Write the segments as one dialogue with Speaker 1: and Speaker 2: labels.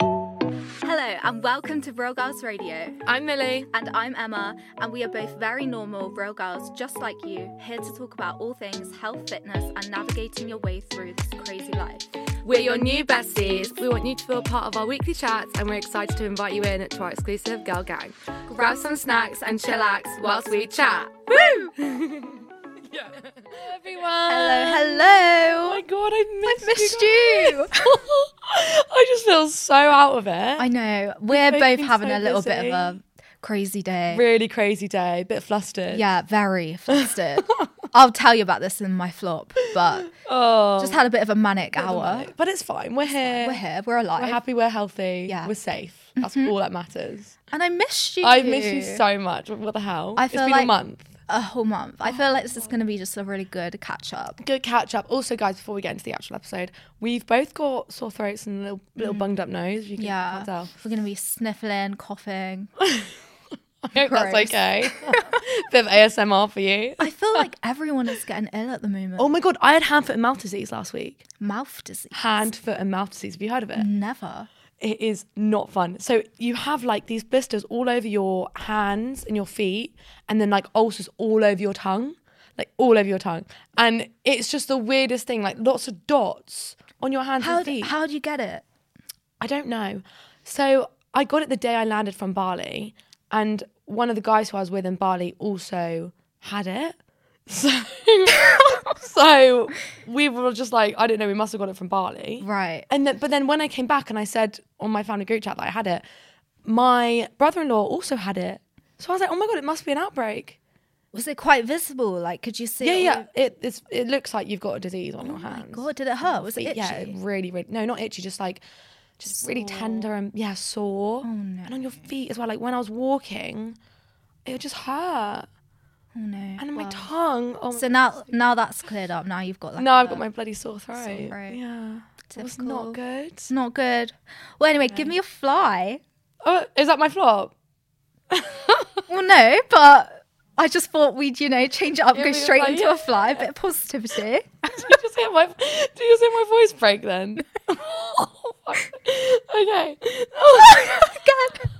Speaker 1: Hello and welcome to Real Girls Radio.
Speaker 2: I'm Millie.
Speaker 1: And I'm Emma, and we are both very normal real girls just like you, here to talk about all things health, fitness, and navigating your way through this crazy life.
Speaker 2: We're your new besties. We want you to feel part of our weekly chats and we're excited to invite you in to our exclusive girl gang. Grab some snacks and chillax whilst we chat. Woo! Everyone.
Speaker 1: Hello, hello!
Speaker 3: Oh my god, I missed,
Speaker 1: missed
Speaker 3: you. guys. I just feel so out of it.
Speaker 4: I know. We're
Speaker 3: both
Speaker 4: both
Speaker 3: been
Speaker 4: having
Speaker 3: so
Speaker 4: a little bit
Speaker 3: busy.
Speaker 4: of a crazy day.
Speaker 3: really crazy day, bit flustered.
Speaker 4: Yeah, very flustered. I'll tell you about this in my flop, but
Speaker 3: Oh,
Speaker 4: just had a bit of a manic hour.
Speaker 3: but it's fine. We're here.
Speaker 4: We're here, we're alive.
Speaker 3: We're happy. We're healthy.
Speaker 4: Yeah.
Speaker 3: We're safe. That's all that matters.
Speaker 4: And I missed you.
Speaker 3: I miss you so much. What the hell?
Speaker 4: I
Speaker 3: it's
Speaker 4: feel
Speaker 3: been
Speaker 4: like
Speaker 3: a month.
Speaker 4: A whole month. I feel like this is going to be just a really good catch up.
Speaker 3: Good catch up. Also, guys, before we get into the actual episode, we've both got sore throats and a little, little bunged up nose. You can,
Speaker 4: Mm. Yeah.
Speaker 3: can't tell.
Speaker 4: We're going to be sniffling, coughing.
Speaker 3: I hope
Speaker 4: Gross.
Speaker 3: that's okay. bit of ASMR for you.
Speaker 4: I feel like everyone is getting ill at the moment.
Speaker 3: Oh my god, I had hand, foot, and mouth disease last week.
Speaker 4: Mouth disease.
Speaker 3: Hand, foot, and mouth disease. Have you heard of
Speaker 4: Mm-hmm.
Speaker 3: it?
Speaker 4: Never.
Speaker 3: It is not fun. So you have like these blisters all over your hands and your feet, and then like ulcers all over your tongue, like all over your tongue, and it's just the weirdest thing. Like lots of dots on your hands
Speaker 4: How
Speaker 3: and
Speaker 4: d-
Speaker 3: feet.
Speaker 4: how'd you get it?
Speaker 3: I don't know. So I got it the day I landed from Bali, and one of the guys who I was with in Bali also had it. So, so we were just like, I don't know, we must have got it from Bali.
Speaker 4: Right.
Speaker 3: And then, but then when I came back and I said on my family group chat that I had it, my brother-in-law also had it. So I was like, oh my god, it must be an outbreak.
Speaker 4: Was it quite visible? Like, could you see?
Speaker 3: Yeah,
Speaker 4: it all
Speaker 3: yeah. It it's, it looks like you've got a disease on your hands.
Speaker 4: Oh God, did it hurt? Was it
Speaker 3: feet.
Speaker 4: itchy?
Speaker 3: Yeah, it really, really. No, not itchy. Just like, just really tender and yeah, sore. Oh no. And on your feet as well. Like when I was walking, it would just hurt.
Speaker 4: Oh no.
Speaker 3: And my tongue. Oh,
Speaker 4: So now, now that's cleared up. Now you've got like.
Speaker 3: now I've
Speaker 4: a-
Speaker 3: got my bloody sore throat.
Speaker 4: throat.
Speaker 3: Yeah. It was
Speaker 4: Typical.
Speaker 3: not good.
Speaker 4: It's not good. Well, anyway, give me a fly.
Speaker 3: Oh, is that my flop?
Speaker 4: Well, no, but I just thought we'd you know change it up, go
Speaker 3: me a
Speaker 4: straight
Speaker 3: fly,
Speaker 4: into
Speaker 3: yeah.
Speaker 4: a fly, a bit of positivity.
Speaker 3: Did you just hear my Did you just hear my voice break then? Oh, fuck. okay. Oh,
Speaker 4: Again.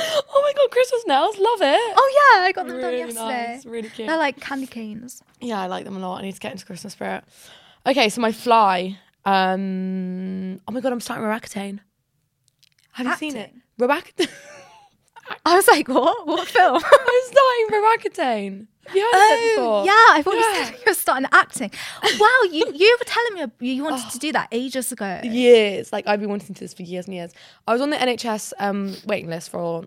Speaker 3: oh my god, Christmas nails, love it.
Speaker 4: Oh yeah, I got them
Speaker 3: Really
Speaker 4: done yesterday.
Speaker 3: nice, really cute.
Speaker 4: They're like candy canes.
Speaker 3: Yeah, I like them a lot. I need to get into Christmas spirit. Okay, so my fly. Um oh my god, I'm starting Roaccutane. Have you seen it?
Speaker 4: Acting?
Speaker 3: Roaccutane.
Speaker 4: I was like, what? What film?
Speaker 3: I'm starting Roaccutane. Have you heard of
Speaker 4: Oh,
Speaker 3: it before?
Speaker 4: yeah, I thought you
Speaker 3: Yeah.
Speaker 4: said you were starting acting. Wow, you you were telling me you you wanted to do that ages ago.
Speaker 3: years. Like I've been wanting to do this for years and years. I was on the NHS um, waiting list for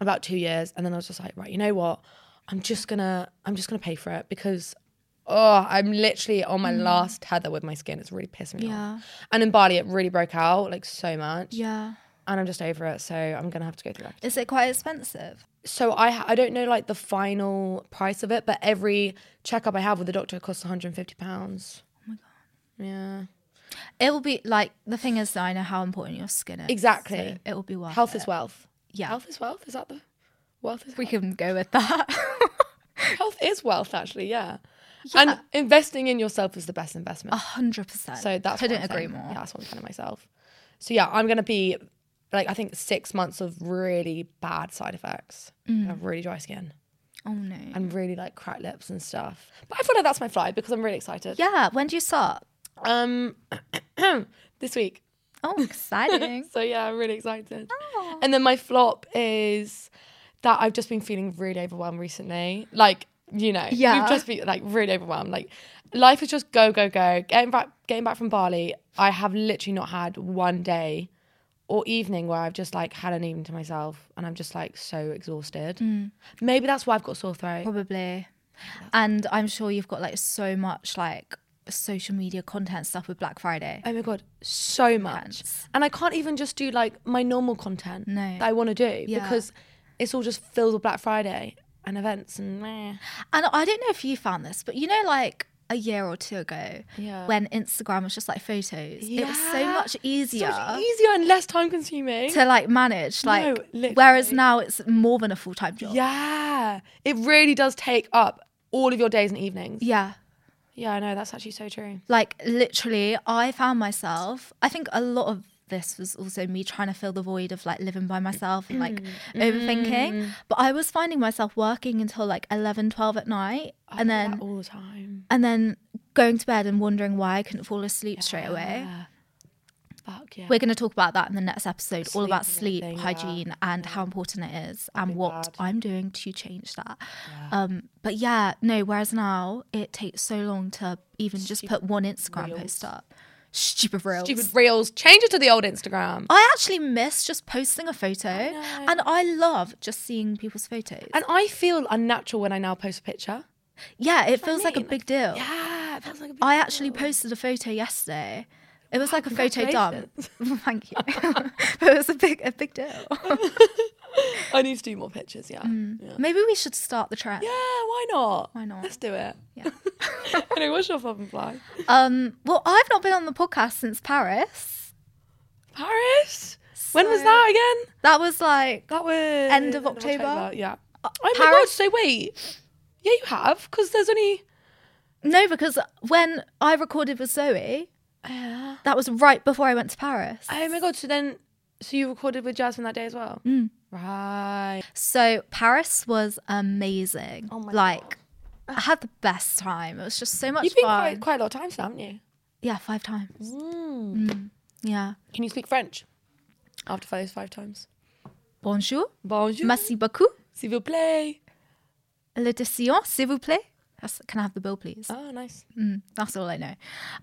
Speaker 3: about two years, and then I was just like, right, you know what? I'm just gonna, I'm just gonna pay for it because, oh, I'm literally on my last tether with my skin. It's really pissing me
Speaker 4: Mm. Yeah.
Speaker 3: off. And in Bali, it really broke out like so much,
Speaker 4: Yeah.
Speaker 3: and I'm just over it. So I'm gonna have to go through. That.
Speaker 4: Is it quite expensive?
Speaker 3: So I, ha- I don't know like the
Speaker 4: Oh
Speaker 3: final price of it, but every checkup I have with the doctor costs 150 pounds. Yeah.
Speaker 4: It will be like the thing is, I know how important your skin is.
Speaker 3: Exactly.
Speaker 4: so it will be worth
Speaker 3: Health
Speaker 4: it.
Speaker 3: is wealth.
Speaker 4: Yeah.
Speaker 3: Health is wealth. Is that the wealth is
Speaker 4: We
Speaker 3: health?
Speaker 4: can go with that.
Speaker 3: health is wealth actually. Yeah. And investing in yourself is the best investment.
Speaker 4: A hundred percent.
Speaker 3: so that's
Speaker 4: Oh, couldn't
Speaker 3: what I'm
Speaker 4: agree
Speaker 3: saying.
Speaker 4: more.
Speaker 3: Yeah, that's what I'm telling myself. So yeah, I'm gonna be like I think six months of really bad side effects.
Speaker 4: Mm.
Speaker 3: I have really dry skin
Speaker 4: Oh no.
Speaker 3: and really like cracked lips and stuff. But I feel like that's my fly because I'm really excited.
Speaker 4: yeah. When do you start?
Speaker 3: Um, this week.
Speaker 4: Oh, exciting. Oh.
Speaker 3: So yeah, I'm really excited. And then my flop is that I've just been feeling really overwhelmed recently. Like, you know,
Speaker 4: Yeah.
Speaker 3: we've just been like really overwhelmed. Like life is just go, go, go. Getting back getting back from Bali, I have literally not had one day or evening where I've just like had an evening to myself and I'm just like so exhausted.
Speaker 4: Mm.
Speaker 3: Maybe that's why I've got sore throat.
Speaker 4: Probably. And I'm sure you've got like so much like social media content stuff with Black Friday.
Speaker 3: Oh my god, so much. And I can't even just do like my normal content
Speaker 4: No.
Speaker 3: that I want to do
Speaker 4: Yeah.
Speaker 3: because it's all just filled with Black Friday and events and meh.
Speaker 4: And I don't know if you found this, but you know, like a year or two ago,
Speaker 3: Yeah.
Speaker 4: when Instagram was just like photos, it was so
Speaker 3: Yeah.
Speaker 4: much easier.
Speaker 3: So it's easier and less time consuming.
Speaker 4: to like manage like
Speaker 3: literally.
Speaker 4: whereas now it's more than a full-time job
Speaker 3: yeah. It really does take up all of your days and evenings.
Speaker 4: yeah
Speaker 3: Yeah, I know. That's actually so true.
Speaker 4: like literally i found myself i think a lot of this was also me trying to fill the void of like living by myself and like overthinking but i was finding myself working until like 11 12 at night
Speaker 3: I
Speaker 4: and
Speaker 3: do that
Speaker 4: then
Speaker 3: all the time.
Speaker 4: and then going to bed and wondering why i couldn't fall asleep straight away
Speaker 3: Yeah. Fuck yeah.
Speaker 4: we're going to talk about that in the next episode all about
Speaker 3: Sleep
Speaker 4: sleep
Speaker 3: and everything, yeah.
Speaker 4: hygiene and how important it is and what
Speaker 3: bad.
Speaker 4: i'm doing to change that um but yeah no whereas now it takes so long to even just put one instagram post up stupid reels
Speaker 3: Stupid reels. Change it to the old Instagram.
Speaker 4: I actually miss just posting a photo, and I love just seeing people's photos.
Speaker 3: And I feel unnatural when I now post a picture.
Speaker 4: yeah, it feels like a big deal. Ah,
Speaker 3: Yeah, that's like a big
Speaker 4: I actually posted a photo yesterday. It was like a photo dump. Thank you. but it was a big, a big deal.
Speaker 3: I need to do more pictures, yeah. Yeah.
Speaker 4: Maybe we should start the trend.
Speaker 3: Yeah, why not?
Speaker 4: Why not?
Speaker 3: Let's do it.
Speaker 4: Yeah.
Speaker 3: anyway, what's your pop and fly?
Speaker 4: Um. Well, I've not been on the podcast since Paris.
Speaker 3: Paris? when was
Speaker 4: So-
Speaker 3: that again?
Speaker 4: That was like
Speaker 3: That was
Speaker 4: End of October. Uh,
Speaker 3: Yeah. Oh my god,
Speaker 4: Paris-
Speaker 3: so wait. Yeah, you have, because there's only
Speaker 4: no, because when I recorded with Zoe, that was right before I went to Paris.
Speaker 3: Oh my god, so then so you recorded with Jasmine that day as well?
Speaker 4: Mm.
Speaker 3: Right.
Speaker 4: So Paris was amazing.
Speaker 3: Oh my
Speaker 4: like I had the best time. It was just so much
Speaker 3: You've been
Speaker 4: fun.
Speaker 3: quite, quite a lot of times now, haven't you?
Speaker 4: yeah, five times. Mm, yeah.
Speaker 3: Can you speak French? After those five times.
Speaker 4: Bonjour.
Speaker 3: Bonjour.
Speaker 4: Merci beaucoup.
Speaker 3: S'il vous plaît.
Speaker 4: Le décision, s'il vous plaît. That's, can I have the bill, please?
Speaker 3: Oh, nice.
Speaker 4: Mm, that's all I know.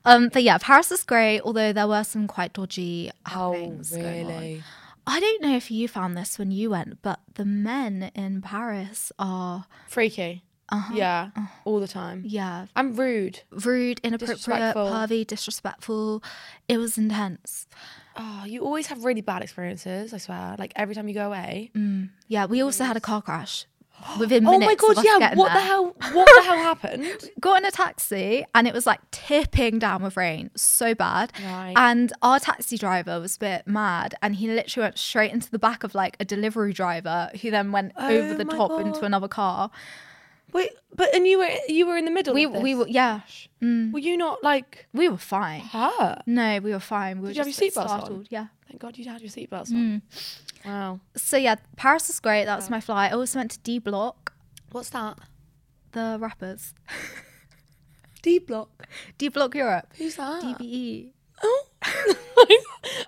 Speaker 4: Um, but yeah, Paris was great, although there were some quite dodgy
Speaker 3: Oh,
Speaker 4: happenings going on. I don't know if you found this when you went, but the men in Paris are,
Speaker 3: Freaky.
Speaker 4: Uh-huh.
Speaker 3: Yeah. All the time.
Speaker 4: yeah,
Speaker 3: I'm rude.
Speaker 4: rude, inappropriate,
Speaker 3: Disrespectful.
Speaker 4: pervy, disrespectful. It was intense.
Speaker 3: Oh, you always have really bad experiences, I swear. Like every time you go away.
Speaker 4: Yeah, we also had a car crash within
Speaker 3: Oh
Speaker 4: minutes.
Speaker 3: my
Speaker 4: of
Speaker 3: god,
Speaker 4: us
Speaker 3: yeah.
Speaker 4: getting
Speaker 3: What the
Speaker 4: there.
Speaker 3: hell what the hell happened?
Speaker 4: Got in a taxi and it was like tipping down with rain, so bad.
Speaker 3: Right.
Speaker 4: And our taxi driver was a bit mad, and he literally went straight into the back of like a delivery driver, who then went over the
Speaker 3: Oh my
Speaker 4: top into another car.
Speaker 3: Wait, but and you were you were in the middle.
Speaker 4: We
Speaker 3: of this. Mm.
Speaker 4: we were yeah,
Speaker 3: Were you not like
Speaker 4: we were fine.
Speaker 3: hurt?
Speaker 4: No, we were fine. We were
Speaker 3: Did you have
Speaker 4: just
Speaker 3: your
Speaker 4: a bit
Speaker 3: seatbelts on?
Speaker 4: startled. Yeah.
Speaker 3: Thank God you had your seatbelts on. Wow.
Speaker 4: So yeah, Paris was great. That was
Speaker 3: Oh.
Speaker 4: my flight. I also went to D Block,
Speaker 3: What's that?
Speaker 4: the rappers.
Speaker 3: D block.
Speaker 4: D Block Europe. E.
Speaker 3: Who's that?
Speaker 4: DBE.
Speaker 3: Oh.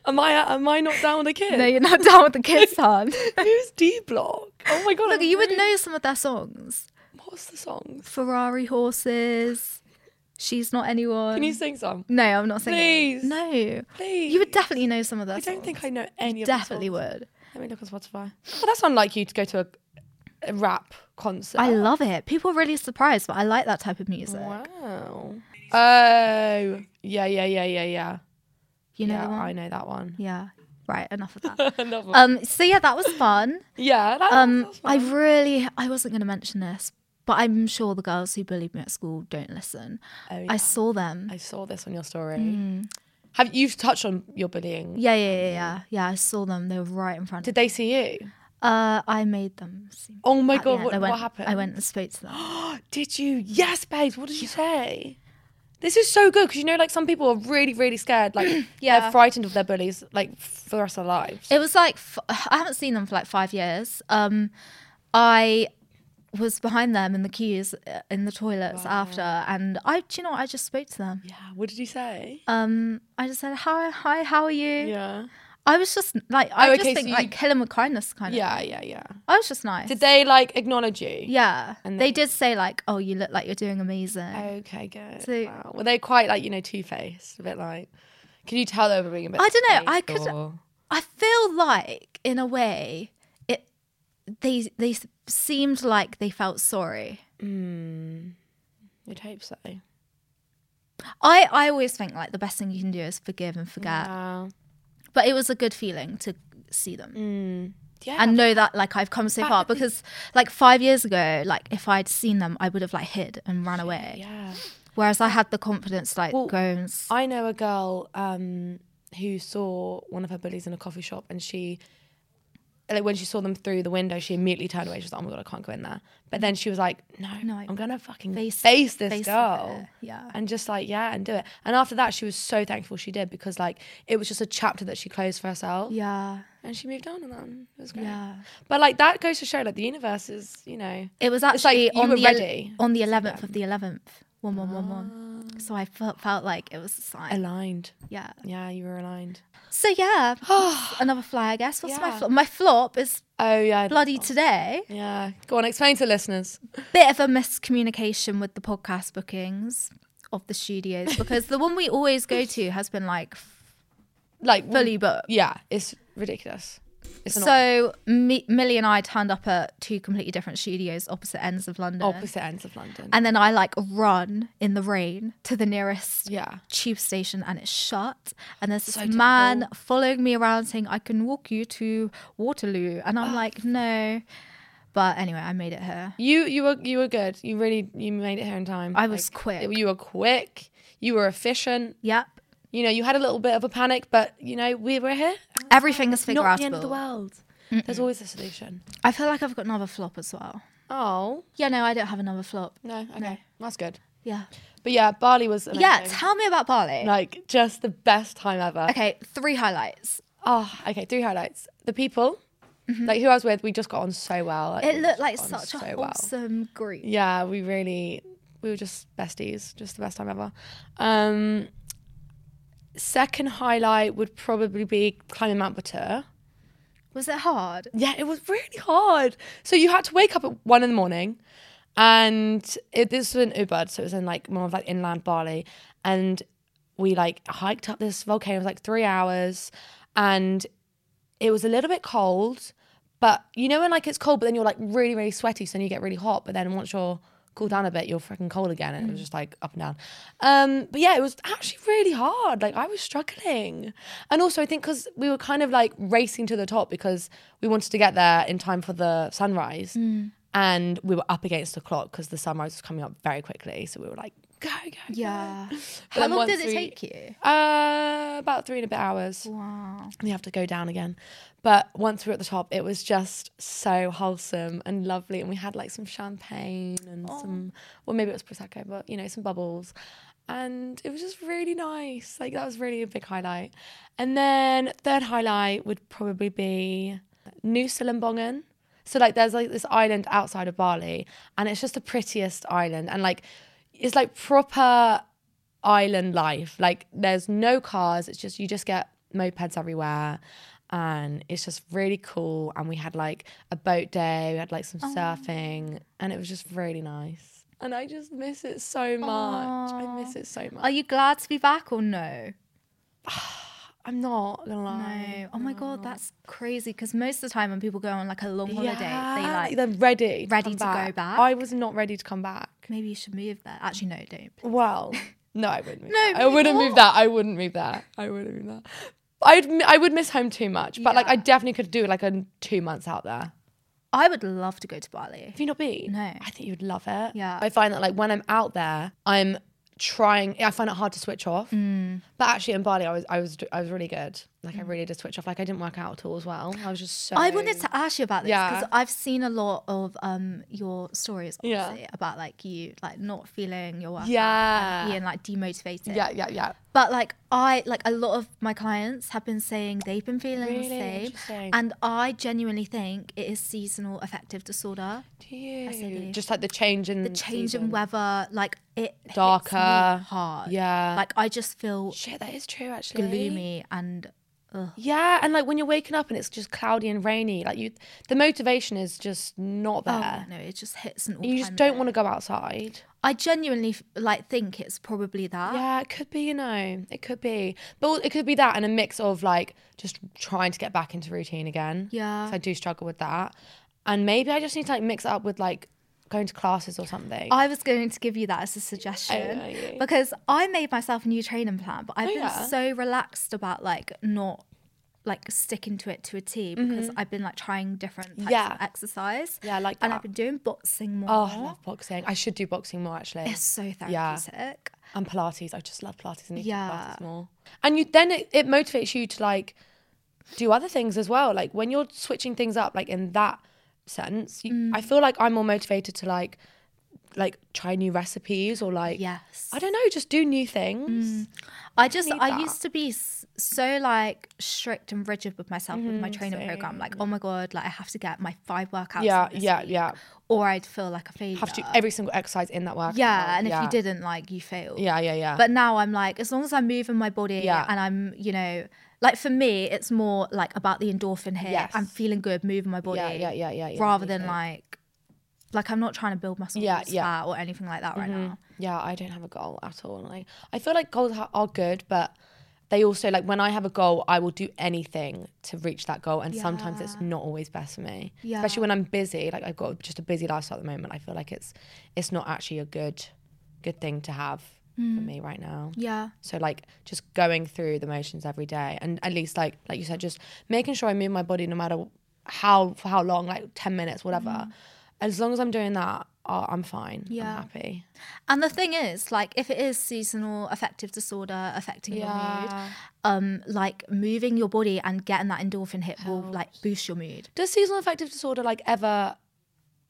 Speaker 3: am I am I not down with a kid?
Speaker 4: No, you're not down with the kids, hon.
Speaker 3: Who's D block? Oh my god.
Speaker 4: Look,
Speaker 3: I'm
Speaker 4: you would
Speaker 3: rude.
Speaker 4: know some of their songs.
Speaker 3: What's the songs?
Speaker 4: Ferrari horses. She's not anyone.
Speaker 3: Can you sing some?
Speaker 4: no, I'm not singing.
Speaker 3: Please.
Speaker 4: No.
Speaker 3: Please.
Speaker 4: You would definitely know some of their
Speaker 3: I don't think I know any of the
Speaker 4: Definitely
Speaker 3: songs.
Speaker 4: would.
Speaker 3: Let me look on Spotify. Well, that's unlike you to go to a, a rap concert.
Speaker 4: I love it. People are really surprised, but I like that type of music.
Speaker 3: Wow. Oh, yeah, yeah, yeah, yeah, yeah.
Speaker 4: You know
Speaker 3: yeah,
Speaker 4: the one?
Speaker 3: I know that one.
Speaker 4: Yeah. Right, enough of that.
Speaker 3: Another one.
Speaker 4: um, so yeah, that was fun.
Speaker 3: yeah, that,
Speaker 4: Um,
Speaker 3: that's
Speaker 4: I
Speaker 3: fun.
Speaker 4: really I wasn't gonna mention this, But I'm sure the girls who bullied me at school don't listen.
Speaker 3: Oh, yeah.
Speaker 4: I saw them.
Speaker 3: I saw this on your story.
Speaker 4: Hmm.
Speaker 3: Have you've touched on your bullying?
Speaker 4: yeah, yeah, yeah, yeah. Yeah, I saw them. They were right in front.
Speaker 3: Did they see you?
Speaker 4: uh, I made them. see-
Speaker 3: Oh my
Speaker 4: at the
Speaker 3: god!
Speaker 4: end.
Speaker 3: What,
Speaker 4: I went,
Speaker 3: what happened?
Speaker 4: I went and spoke to them.
Speaker 3: Did you? Yes, babes. What did you say? This is so good because you know, like some people are really, really scared. Like they're
Speaker 4: Yeah.
Speaker 3: frightened of their bullies, like for the rest of their lives.
Speaker 4: It was like f- I haven't seen them for like five years. Um, I was behind them in the queues uh, in the toilets after, and I, do you know, what? I just spoke to them.
Speaker 3: yeah. What did you say?
Speaker 4: Um, I just said hi, hi, how are you?
Speaker 3: yeah.
Speaker 4: I was just like, I
Speaker 3: Oh,
Speaker 4: just
Speaker 3: okay,
Speaker 4: think
Speaker 3: so
Speaker 4: like
Speaker 3: you-
Speaker 4: kill him with kindness, kind of.
Speaker 3: Yeah. Yeah. Yeah.
Speaker 4: I was just nice.
Speaker 3: Did they like acknowledge you?
Speaker 4: Yeah,
Speaker 3: And Oh.
Speaker 4: they,
Speaker 3: they-
Speaker 4: did say like, "Oh, you look like you're doing amazing."
Speaker 3: Okay. Good.
Speaker 4: So-
Speaker 3: wow. Were they quite like you know two faced? A bit like. Can you tell they were being a bit?
Speaker 4: I don't know, I
Speaker 3: two-faced
Speaker 4: could-
Speaker 3: or-
Speaker 4: I feel like, in a way, it they they s- seemed like they felt sorry.
Speaker 3: You'd hope so.
Speaker 4: I I always think like the best thing you can do is forgive and forget.
Speaker 3: Wow.
Speaker 4: But it was a good feeling to see them
Speaker 3: Mm. Yeah.
Speaker 4: and know that like I've come so far because like five years ago, like if I'd seen them, I would have like hid and ran away.
Speaker 3: yeah.
Speaker 4: Whereas I had the confidence to, like
Speaker 3: Well,
Speaker 4: go and s-
Speaker 3: I know a girl um, who saw one of her bullies in a coffee shop, and she, like, when she saw them through the window, she immediately turned away. She was like, "Oh my god, I can't go in there." But then she was like, "No,
Speaker 4: No,
Speaker 3: no,
Speaker 4: I-
Speaker 3: I'm gonna fucking face,
Speaker 4: face-
Speaker 3: this
Speaker 4: face
Speaker 3: girl."
Speaker 4: it, yeah.
Speaker 3: and just like yeah, and do it. And after that, she was so thankful she did because like it was just a chapter that she closed for herself,
Speaker 4: yeah,
Speaker 3: and she moved on. And then it was great.
Speaker 4: yeah.
Speaker 3: But like that goes to show like the universe is, you know,
Speaker 4: It was
Speaker 3: It's like
Speaker 4: actually
Speaker 3: you Ah.
Speaker 4: on
Speaker 3: were
Speaker 4: the el-
Speaker 3: ready
Speaker 4: on the eleventh of the eleventh. One one one one. So I felt, felt like it was a sign.
Speaker 3: aligned.
Speaker 4: yeah.
Speaker 3: Yeah, you were aligned.
Speaker 4: So yeah, that's another fly. I guess. What's my
Speaker 3: Yeah.
Speaker 4: flop? My flop is
Speaker 3: Oh yeah,
Speaker 4: bloody today.
Speaker 3: Yeah, go on, explain to listeners.
Speaker 4: Bit of a miscommunication with the podcast bookings of the studios because the one we always go to has been like
Speaker 3: Like
Speaker 4: fully booked.
Speaker 3: Yeah, it's ridiculous. It's an
Speaker 4: So Mi- Millie and I turned up at two completely different studios, opposite ends of London.
Speaker 3: opposite ends of London.
Speaker 4: And then I like run in the rain to the nearest
Speaker 3: yeah.
Speaker 4: tube station and it's shut. And there's this
Speaker 3: So
Speaker 4: man
Speaker 3: difficult.
Speaker 4: following me around saying, I can walk you to Waterloo. And I'm like, no. But anyway, I made it here.
Speaker 3: You you were you were good. You really you made it here in time.
Speaker 4: I was quick.
Speaker 3: You were quick. You were efficient.
Speaker 4: Yep.
Speaker 3: You know, you had a little bit of a panic, but you know, we were here.
Speaker 4: Everything is figure
Speaker 3: Not the end of the
Speaker 4: out.
Speaker 3: world. There's always a solution.
Speaker 4: I feel like I've got another flop as well.
Speaker 3: Oh
Speaker 4: Yeah, no, I don't have another flop.
Speaker 3: no, okay, that's good.
Speaker 4: Yeah.
Speaker 3: But yeah, Bali was amazing.
Speaker 4: Yeah, tell me about Bali.
Speaker 3: like just the best time ever.
Speaker 4: Okay, three highlights.
Speaker 3: Oh, okay. Three highlights: the people, like who I was with. We just got on so well. Like,
Speaker 4: Mm-hmm. It
Speaker 3: we
Speaker 4: looked like
Speaker 3: just got on
Speaker 4: such a
Speaker 3: Oh, so well.
Speaker 4: wholesome group.
Speaker 3: yeah, we really we were just besties, just the best time ever. Um second highlight would probably be climbing Mount Batur.
Speaker 4: Was it hard?
Speaker 3: Yeah, it was really hard. So you had to wake up at one in the morning and it, this was in Ubud, so it was in like more of like inland Bali. And we like hiked up this volcano, it was like three hours and it was a little bit cold, but you know when like it's cold, but then you're like really, really sweaty, so then you get really hot, but then once you're cooled down a bit, you're freaking cold again. And it was
Speaker 4: Mm.
Speaker 3: just like up and down. Um, but yeah, it was actually really hard. Like I was struggling. And also I think because we were kind of like racing to the top because we wanted to get there in time for the sunrise.
Speaker 4: Mm.
Speaker 3: And we were up against the clock because the sunrise was coming up very quickly. So we were like, go, go, go.
Speaker 4: Yeah.
Speaker 3: But
Speaker 4: How
Speaker 3: then
Speaker 4: long did
Speaker 3: once
Speaker 4: it
Speaker 3: we-
Speaker 4: take you?
Speaker 3: Uh, about three and a bit hours.
Speaker 4: Wow.
Speaker 3: We have to go down again. But once we were at the top, it was just so wholesome and lovely. And we had like some champagne and some, well, maybe it was Prosecco, but you know, some bubbles. And it was just really nice. Like, that was really a big highlight. And then, third highlight would probably be New Silembongan. So, like, there's like this island outside of Bali, and it's just the prettiest island. And like, it's like proper island life. Like there's no cars. It's just you just get mopeds everywhere. And it's just really cool. And we had like a boat day, we had like some
Speaker 4: Oh.
Speaker 3: surfing, and it was just really nice. And I just miss it so much. I miss it so
Speaker 4: Are
Speaker 3: much.
Speaker 4: you glad to be back or no?
Speaker 3: I'm not gonna lie.
Speaker 4: No. Oh my god, that's crazy. Because most of the time when people go on like a long holiday, they
Speaker 3: Yeah,
Speaker 4: like
Speaker 3: Ah, they're ready.
Speaker 4: ready
Speaker 3: come
Speaker 4: to go back.
Speaker 3: I was not ready to come back.
Speaker 4: maybe you should move there. Actually, no, don't.
Speaker 3: Well, no, I wouldn't. Move
Speaker 4: No,
Speaker 3: that. I wouldn't
Speaker 4: people-
Speaker 3: move that. I wouldn't move that. I wouldn't move that. I'd, I would miss home too much, but like I definitely could do like a two months out there.
Speaker 4: I would love to go to Bali.
Speaker 3: Have you not been?
Speaker 4: No.
Speaker 3: I think you'd love it.
Speaker 4: Yeah.
Speaker 3: I find that like when I'm out there, I'm trying. I find it hard to switch off.
Speaker 4: Mm.
Speaker 3: But actually, in Bali, I was I was I was really good. Like I really did switch off. Like I didn't work out at all as well. I was just so.
Speaker 4: I wanted to ask you about this
Speaker 3: Yeah.
Speaker 4: because I've seen a lot of um your stories
Speaker 3: Yeah.
Speaker 4: obviously about like you like not feeling your work
Speaker 3: Yeah.
Speaker 4: being like demotivated.
Speaker 3: Yeah, yeah, yeah.
Speaker 4: But like I like a lot of my clients have been saying they've been feeling
Speaker 3: Really
Speaker 4: the same.
Speaker 3: interesting.
Speaker 4: And I genuinely think it is seasonal affective disorder.
Speaker 3: Do you?
Speaker 4: do.
Speaker 3: Just like the change in
Speaker 4: The change
Speaker 3: season.
Speaker 4: in weather, like it hits me
Speaker 3: Darker.
Speaker 4: hard.
Speaker 3: Yeah.
Speaker 4: Like I just feel
Speaker 3: Shit, that is true. Actually,
Speaker 4: gloomy and
Speaker 3: Yeah, and like when you're waking up and it's just cloudy and rainy, like you, the motivation is just not
Speaker 4: oh
Speaker 3: there.
Speaker 4: no, it just hits an all
Speaker 3: you just don't want to go outside.
Speaker 4: I genuinely f- like think it's probably that.
Speaker 3: Yeah, it could be, you know, it could be. But it could be that and a mix of like just trying to get back into routine again.
Speaker 4: Yeah.
Speaker 3: 'Cause I do struggle with that. And maybe I just need to like mix it up with like going to classes or something.
Speaker 4: I was going to give you that as a suggestion
Speaker 3: Oh, yeah, yeah.
Speaker 4: because I made myself a new training plan, but I've been
Speaker 3: yeah.
Speaker 4: so relaxed about like not like sticking to it to a T because I've been like trying different types
Speaker 3: Mm-hmm. Yeah.
Speaker 4: of exercise.
Speaker 3: Yeah, I like
Speaker 4: And
Speaker 3: that.
Speaker 4: I've been doing boxing more.
Speaker 3: oh, I love boxing. I should do boxing more actually.
Speaker 4: It's so therapeutic.
Speaker 3: And Pilates. I just love Pilates and need
Speaker 4: Yeah.
Speaker 3: to do Pilates more. And you then it, it motivates you to like do other things as well. Like when you're switching things up, like in that sense, you, I
Speaker 4: Mm.
Speaker 3: feel like I'm more motivated to like like try new recipes or like
Speaker 4: Yes. Mm,
Speaker 3: I don't know, just do new things.
Speaker 4: I just
Speaker 3: need
Speaker 4: I
Speaker 3: that.
Speaker 4: used to be s- so like strict and rigid with myself with
Speaker 3: Mm-hmm,
Speaker 4: my training program. Like, oh my god, like I have to get my five workouts.
Speaker 3: Yeah,
Speaker 4: in this
Speaker 3: yeah,
Speaker 4: week,
Speaker 3: yeah.
Speaker 4: Or I'd feel like a failure.
Speaker 3: Have to do every single exercise in that workout.
Speaker 4: yeah, and if you didn't, like you failed.
Speaker 3: Yeah, yeah, yeah.
Speaker 4: But now I'm like, as long as I'm moving my body
Speaker 3: Yeah.
Speaker 4: and I'm, you know, like for me, it's more like about the endorphin here.
Speaker 3: Yes.
Speaker 4: I'm feeling good, moving my body.
Speaker 3: Yeah, yeah, yeah, yeah, yeah,
Speaker 4: rather than
Speaker 3: yeah.
Speaker 4: like, like I'm not trying to build muscle
Speaker 3: Yeah,
Speaker 4: or
Speaker 3: yeah. Mm-hmm.
Speaker 4: fat or anything like that right now.
Speaker 3: yeah, I don't have a goal at all. Like I feel like goals ha- are good, but they also like when I have a goal, I will do anything to reach that goal, and sometimes it's not always best for me.
Speaker 4: Yeah.
Speaker 3: Especially when I'm busy, like I've got just a busy lifestyle at the moment. I feel like it's it's not actually a good good thing to have for
Speaker 4: Mm.
Speaker 3: me right now.
Speaker 4: Yeah.
Speaker 3: So like just going through the motions every day, and at least like like you said, just making sure I move my body no matter how for how long, like ten minutes, whatever. As long as I'm doing that, I- I'm fine.
Speaker 4: Mm. Yeah.
Speaker 3: I'm happy.
Speaker 4: And the thing is, like, if it is seasonal affective disorder affecting your mood, um, like moving your body and getting that endorphin hit will like boost your mood.
Speaker 3: Does seasonal affective disorder like ever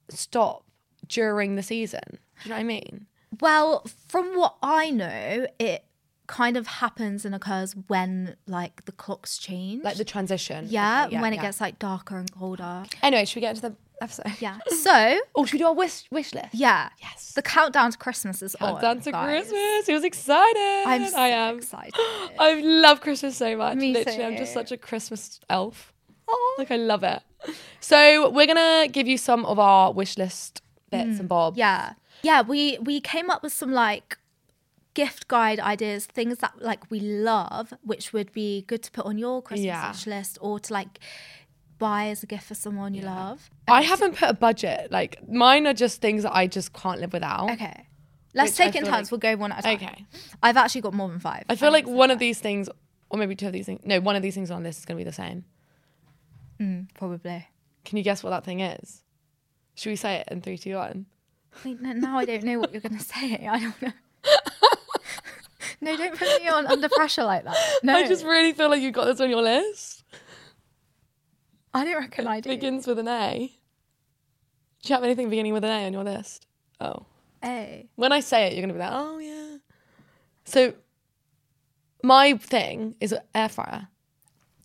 Speaker 3: stop during the season? Do you know what I mean?
Speaker 4: Well, from what I know, it kind of happens and occurs when like the clocks change.
Speaker 3: Like the transition.
Speaker 4: yeah,
Speaker 3: Okay,
Speaker 4: when it
Speaker 3: yeah.
Speaker 4: gets like darker and colder.
Speaker 3: Anyway, should we get into the episode?
Speaker 4: Yeah. So
Speaker 3: Oh, should we do our wish wish list?
Speaker 4: yeah. Yes. The countdown to Christmas is on.
Speaker 3: Countdown to
Speaker 4: guys.
Speaker 3: Christmas. He was excited.
Speaker 4: I'm so
Speaker 3: I am.
Speaker 4: excited.
Speaker 3: I love Christmas so much.
Speaker 4: Me
Speaker 3: Literally, I'm just
Speaker 4: too.
Speaker 3: such a Christmas elf. Like I love it. So we're gonna give you some of our wish list bits and bobs.
Speaker 4: Mm. Yeah. Yeah, we we came up with some like gift guide ideas, things that like we love, which would be good to put on your Christmas
Speaker 3: Yeah.
Speaker 4: wish list or to like buy as a gift for someone you love.
Speaker 3: I haven't put a budget. Like mine are just things that I just can't live without.
Speaker 4: Okay. Let's
Speaker 3: Which I
Speaker 4: take it in
Speaker 3: feel
Speaker 4: turns.
Speaker 3: like-
Speaker 4: we'll go one at a time.
Speaker 3: Okay.
Speaker 4: I've actually got more than five.
Speaker 3: I feel like one of these things, or maybe two of these things. No, one of these things on this is gonna be the same.
Speaker 4: Probably.
Speaker 3: Can you guess what that thing is? Should we say it in three, two, one?
Speaker 4: Wait, no, now I don't know what you're going to say. I don't know. no, don't put me on under pressure like that. No,
Speaker 3: I just really feel like you got this on your list.
Speaker 4: I don't reckon I do.
Speaker 3: Begins with an A. Do you have anything beginning with an A on your list? Oh.
Speaker 4: A.
Speaker 3: When I say it, you're gonna be like, oh yeah. So my thing is an air fryer.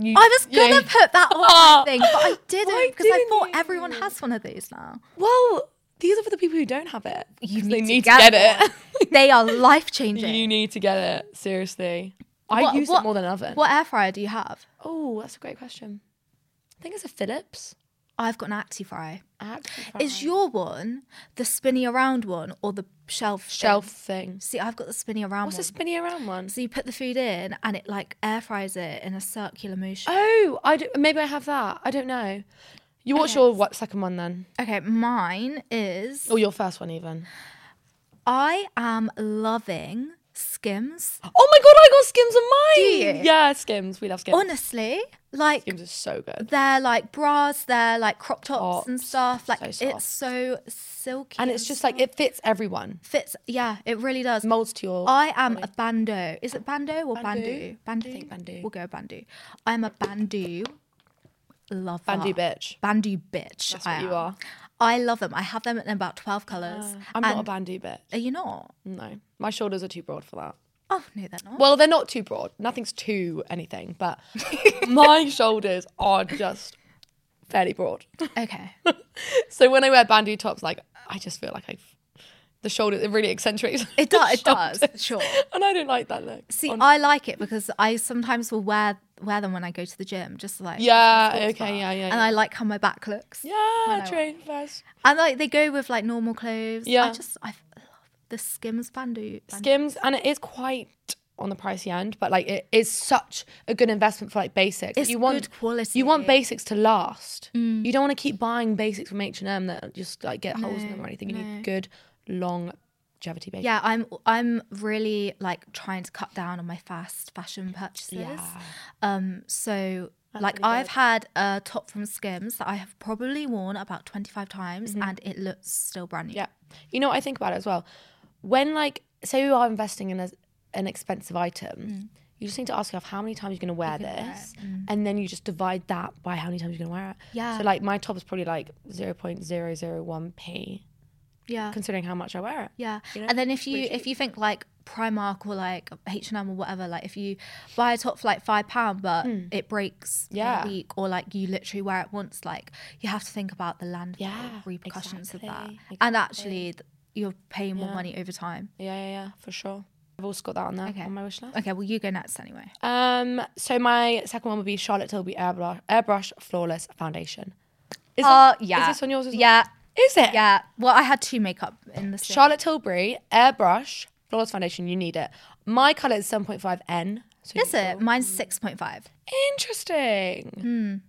Speaker 3: You,
Speaker 4: I was
Speaker 3: you know-
Speaker 4: gonna put that on
Speaker 3: Ah.
Speaker 4: my thing, but I
Speaker 3: Why
Speaker 4: didn't because I
Speaker 3: didn't
Speaker 4: thought
Speaker 3: you?
Speaker 4: everyone has one of these now.
Speaker 3: Well, these are for the people who don't have it.
Speaker 4: You
Speaker 3: 'Cause
Speaker 4: need
Speaker 3: they
Speaker 4: to
Speaker 3: need to
Speaker 4: get
Speaker 3: get it.
Speaker 4: They are life
Speaker 3: you
Speaker 4: changing.
Speaker 3: need to get it. Seriously. I
Speaker 4: What-
Speaker 3: use
Speaker 4: what-
Speaker 3: it more than an oven.
Speaker 4: What air fryer do you have?
Speaker 3: Oh, that's a great question. I think it's a Philips.
Speaker 4: I've got an Actifry.
Speaker 3: Actifry.
Speaker 4: Is your one the spinny around one or the shelf? thing?
Speaker 3: shelf thing.
Speaker 4: See, I've got the spinny around
Speaker 3: What's
Speaker 4: one.
Speaker 3: a spinny around one?
Speaker 4: so you put the food in and it like air fries it in a circular motion.
Speaker 3: Oh, I do, maybe I have that. I don't know. You what's your what second one then?
Speaker 4: Okay, mine is
Speaker 3: Or your first one even?
Speaker 4: I am loving Skims.
Speaker 3: Oh my god, I got Skims on mine.
Speaker 4: Do you?
Speaker 3: Yeah, Skims. We love Skims.
Speaker 4: Honestly, like
Speaker 3: Skims is so good.
Speaker 4: they're like bras, they're like crop tops and
Speaker 3: Tops,
Speaker 4: stuff. Like
Speaker 3: so soft.
Speaker 4: it's so silky.
Speaker 3: And it's just like it fits everyone.
Speaker 4: fits. Yeah, it really does.
Speaker 3: Molds to your
Speaker 4: I am a bandeau. Is it bandeau or bandu? Bandu. I
Speaker 3: think bandeau.
Speaker 4: We'll go bandu. I'm a bandu. Love
Speaker 3: bandy bitch.
Speaker 4: Bandu bitch.
Speaker 3: That's
Speaker 4: I
Speaker 3: what you
Speaker 4: am.
Speaker 3: are. Ah.
Speaker 4: I love them. I have them in about twelve colors.
Speaker 3: I'm not a bandy bitch.
Speaker 4: Are you not?
Speaker 3: No, my shoulders are too broad for that.
Speaker 4: Oh no, they're not.
Speaker 3: Well, they're not too broad. Nothing's too anything, but my shoulders are just fairly broad.
Speaker 4: okay.
Speaker 3: So when I wear bandeau tops, like I just feel like I, the shoulders it really accentuates.
Speaker 4: It
Speaker 3: the
Speaker 4: does. It does.
Speaker 3: shoulders.
Speaker 4: Sure.
Speaker 3: And I don't like that look.
Speaker 4: See,
Speaker 3: on-
Speaker 4: I like it because I sometimes will wear wear them when I go to the gym, just like
Speaker 3: Yeah,
Speaker 4: sports
Speaker 3: okay, yeah, yeah,
Speaker 4: And
Speaker 3: yeah.
Speaker 4: I like how my back looks.
Speaker 3: yeah,
Speaker 4: I
Speaker 3: train first.
Speaker 4: And like they go with like normal clothes.
Speaker 3: Yeah.
Speaker 4: I just I f- love the Skims bandeau. bandeau.
Speaker 3: Skims, and it is quite on the pricey end, but like it is such a good investment for like basics.
Speaker 4: It's
Speaker 3: you want
Speaker 4: good quality. Mm.
Speaker 3: You want basics to last. You don't want to keep buying basics from H and M that just like get holes in them or anything. You need good long longevity basics.
Speaker 4: Yeah, I'm I'm really like trying to cut down on my fast fashion purchases.
Speaker 3: Yeah.
Speaker 4: Um so like I've had a top from Skims that I have probably worn about 25 times and it looks still brand new.
Speaker 3: Mm-hmm. Yeah. You know what I think about it as well? When like say you are investing in a, an expensive item,
Speaker 4: Mm.
Speaker 3: you just need to ask yourself how many times you're gonna wear this and then you just divide that by how many times you're gonna wear it.
Speaker 4: Yeah.
Speaker 3: So like my top is probably like zero point zero zero one P
Speaker 4: Yeah.
Speaker 3: considering how much I wear it.
Speaker 4: Yeah.
Speaker 3: You know?
Speaker 4: And then if you if you think like Primark or like H and M or whatever, like if you buy a top for like five pound but it breaks
Speaker 3: Hmm. Yeah.
Speaker 4: in a week or like you literally wear it once, like you have to think about the landfill
Speaker 3: Yeah,
Speaker 4: repercussions of that.
Speaker 3: exactly,
Speaker 4: And actually th- you're paying more money over time.
Speaker 3: Yeah, yeah, yeah, for sure. I've also got that on there
Speaker 4: Okay.
Speaker 3: on my wish list.
Speaker 4: Okay, well you go next anyway.
Speaker 3: Um, so my second one would be Charlotte Tilbury Airbrush, Airbrush Flawless Foundation. Is
Speaker 4: Oh
Speaker 3: that-
Speaker 4: yeah.
Speaker 3: Is this on yours as well?
Speaker 4: Yeah.
Speaker 3: Is it?
Speaker 4: Yeah. Well I had two makeup in the same
Speaker 3: Charlotte Tilbury Airbrush Flawless Foundation. You need it. My color is 7.5N. So
Speaker 4: Is it? Mine's
Speaker 3: Mm.
Speaker 4: six point five.
Speaker 3: Interesting.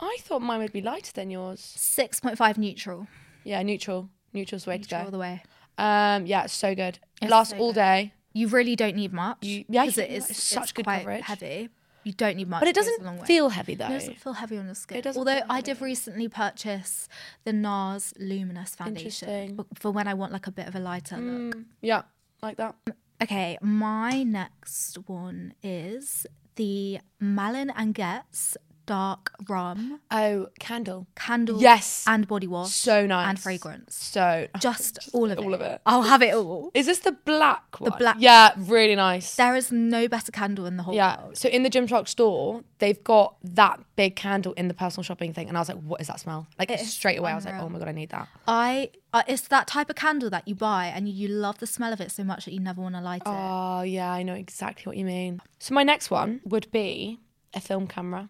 Speaker 3: I thought mine would be lighter than yours.
Speaker 4: Six point five neutral.
Speaker 3: Yeah, neutral. Neutral's the way
Speaker 4: Neutral all
Speaker 3: to
Speaker 4: the
Speaker 3: go.
Speaker 4: way.
Speaker 3: Um, yeah, it's so good. It lasts
Speaker 4: so
Speaker 3: all
Speaker 4: good.
Speaker 3: day.
Speaker 4: You really don't need much.
Speaker 3: You- yeah,
Speaker 4: 'cause
Speaker 3: you-
Speaker 4: it is
Speaker 3: it's such
Speaker 4: it's
Speaker 3: good
Speaker 4: quite
Speaker 3: coverage.
Speaker 4: heavy. You don't need much.
Speaker 3: But it
Speaker 4: goes a
Speaker 3: doesn't
Speaker 4: long way.
Speaker 3: feel heavy though.
Speaker 4: It doesn't feel heavy on your skin.
Speaker 3: It doesn't
Speaker 4: Although
Speaker 3: feel
Speaker 4: I did recently purchase the NARS Luminous Foundation
Speaker 3: Interesting. Mm.
Speaker 4: b- for when I want like a bit of a lighter look.
Speaker 3: yeah, like that.
Speaker 4: Okay, my next one is the Malin and Getz Dark Rum
Speaker 3: Oh, candle.
Speaker 4: Candle
Speaker 3: Yes.
Speaker 4: and Body Wash.
Speaker 3: So nice.
Speaker 4: And fragrance.
Speaker 3: So
Speaker 4: Just, all of it.
Speaker 3: all of it.
Speaker 4: I'll have it all.
Speaker 3: Is this the black one?
Speaker 4: black-
Speaker 3: Yeah, really nice.
Speaker 4: There is no better candle in the whole
Speaker 3: yeah.
Speaker 4: world.
Speaker 3: So in the Gymshark store, they've got that big candle in the personal shopping thing, and I was like, "What is that smell?" Like
Speaker 4: It is
Speaker 3: straight away, I was like,
Speaker 4: unreal.
Speaker 3: "Oh my god, I need that."
Speaker 4: I uh, it's that type of candle that you buy and you love the smell of it so much that you never want to light it.
Speaker 3: Oh yeah, I know exactly what you mean. So my next one would be a film camera.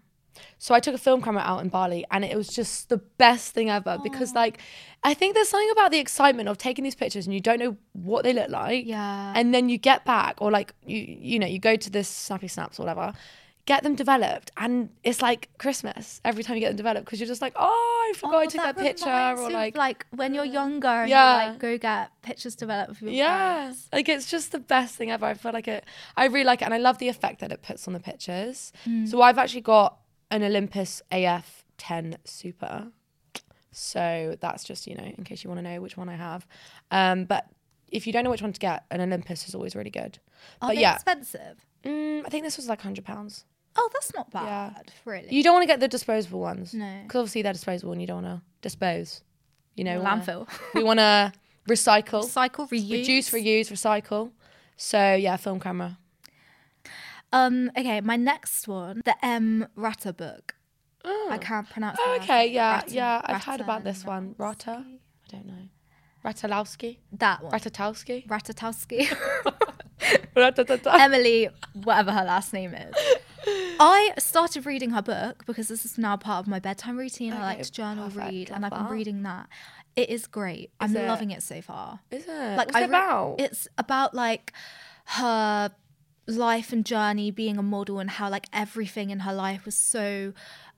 Speaker 3: So I took a film camera out in Bali, and it was just the best thing ever because, like, I think there's something about the excitement of taking these pictures, and you don't know what they look like.
Speaker 4: Yeah.
Speaker 3: And then you get back, or like you, you know, you go to this snappy snaps or whatever, get them developed, and it's like Christmas every time you get them developed because you're just like, oh, I forgot I
Speaker 4: Oh,
Speaker 3: took that, picture,
Speaker 4: reminds
Speaker 3: or
Speaker 4: me of,
Speaker 3: like, mm,
Speaker 4: like when you're younger and
Speaker 3: Yeah.
Speaker 4: you like go get pictures developed with your
Speaker 3: Yeah,
Speaker 4: friends.
Speaker 3: like it's just the best thing ever. I feel like it. I really like it, and I love the effect that it puts on the pictures.
Speaker 4: Mm.
Speaker 3: So I've actually got an Olympus AF 10 Super. So that's just you know, in case you want to know which one I have. Um, but if you don't know which one to get, an Olympus is always really good.
Speaker 4: Are
Speaker 3: but
Speaker 4: they
Speaker 3: yeah,
Speaker 4: expensive?
Speaker 3: mm, I think this was like hundred pounds.
Speaker 4: Oh, that's not bad,
Speaker 3: Yeah.
Speaker 4: really.
Speaker 3: You don't want to get the disposable ones,
Speaker 4: No.
Speaker 3: because obviously they're disposable and you don't want to dispose. You know, we wanna-
Speaker 4: landfill.
Speaker 3: we want to recycle
Speaker 4: Cycle reuse.
Speaker 3: reduce, reuse, recycle. So yeah, film camera.
Speaker 4: Um. Okay, my next one, the M Rata book. I can't pronounce.
Speaker 3: Oh,
Speaker 4: her
Speaker 3: okay,
Speaker 4: name.
Speaker 3: yeah,
Speaker 4: Rata-
Speaker 3: yeah. I've heard
Speaker 4: Rata
Speaker 3: about this one. Rata. I don't know. Ratalowski.
Speaker 4: That one.
Speaker 3: Ratatowski.
Speaker 4: Ratatowski.
Speaker 3: Ratatata.
Speaker 4: Emily, whatever her last name is. I started reading her book because this is now part of my bedtime routine. I like
Speaker 3: Okay,
Speaker 4: to journal
Speaker 3: perfect.
Speaker 4: read,
Speaker 3: Love
Speaker 4: and I've been
Speaker 3: that.
Speaker 4: reading that. It is great. I'm
Speaker 3: it?
Speaker 4: loving it so far.
Speaker 3: Is it?
Speaker 4: Like
Speaker 3: What's
Speaker 4: I
Speaker 3: it
Speaker 4: re-
Speaker 3: about?
Speaker 4: It's about like her life and journey being a model and how like everything in her life was so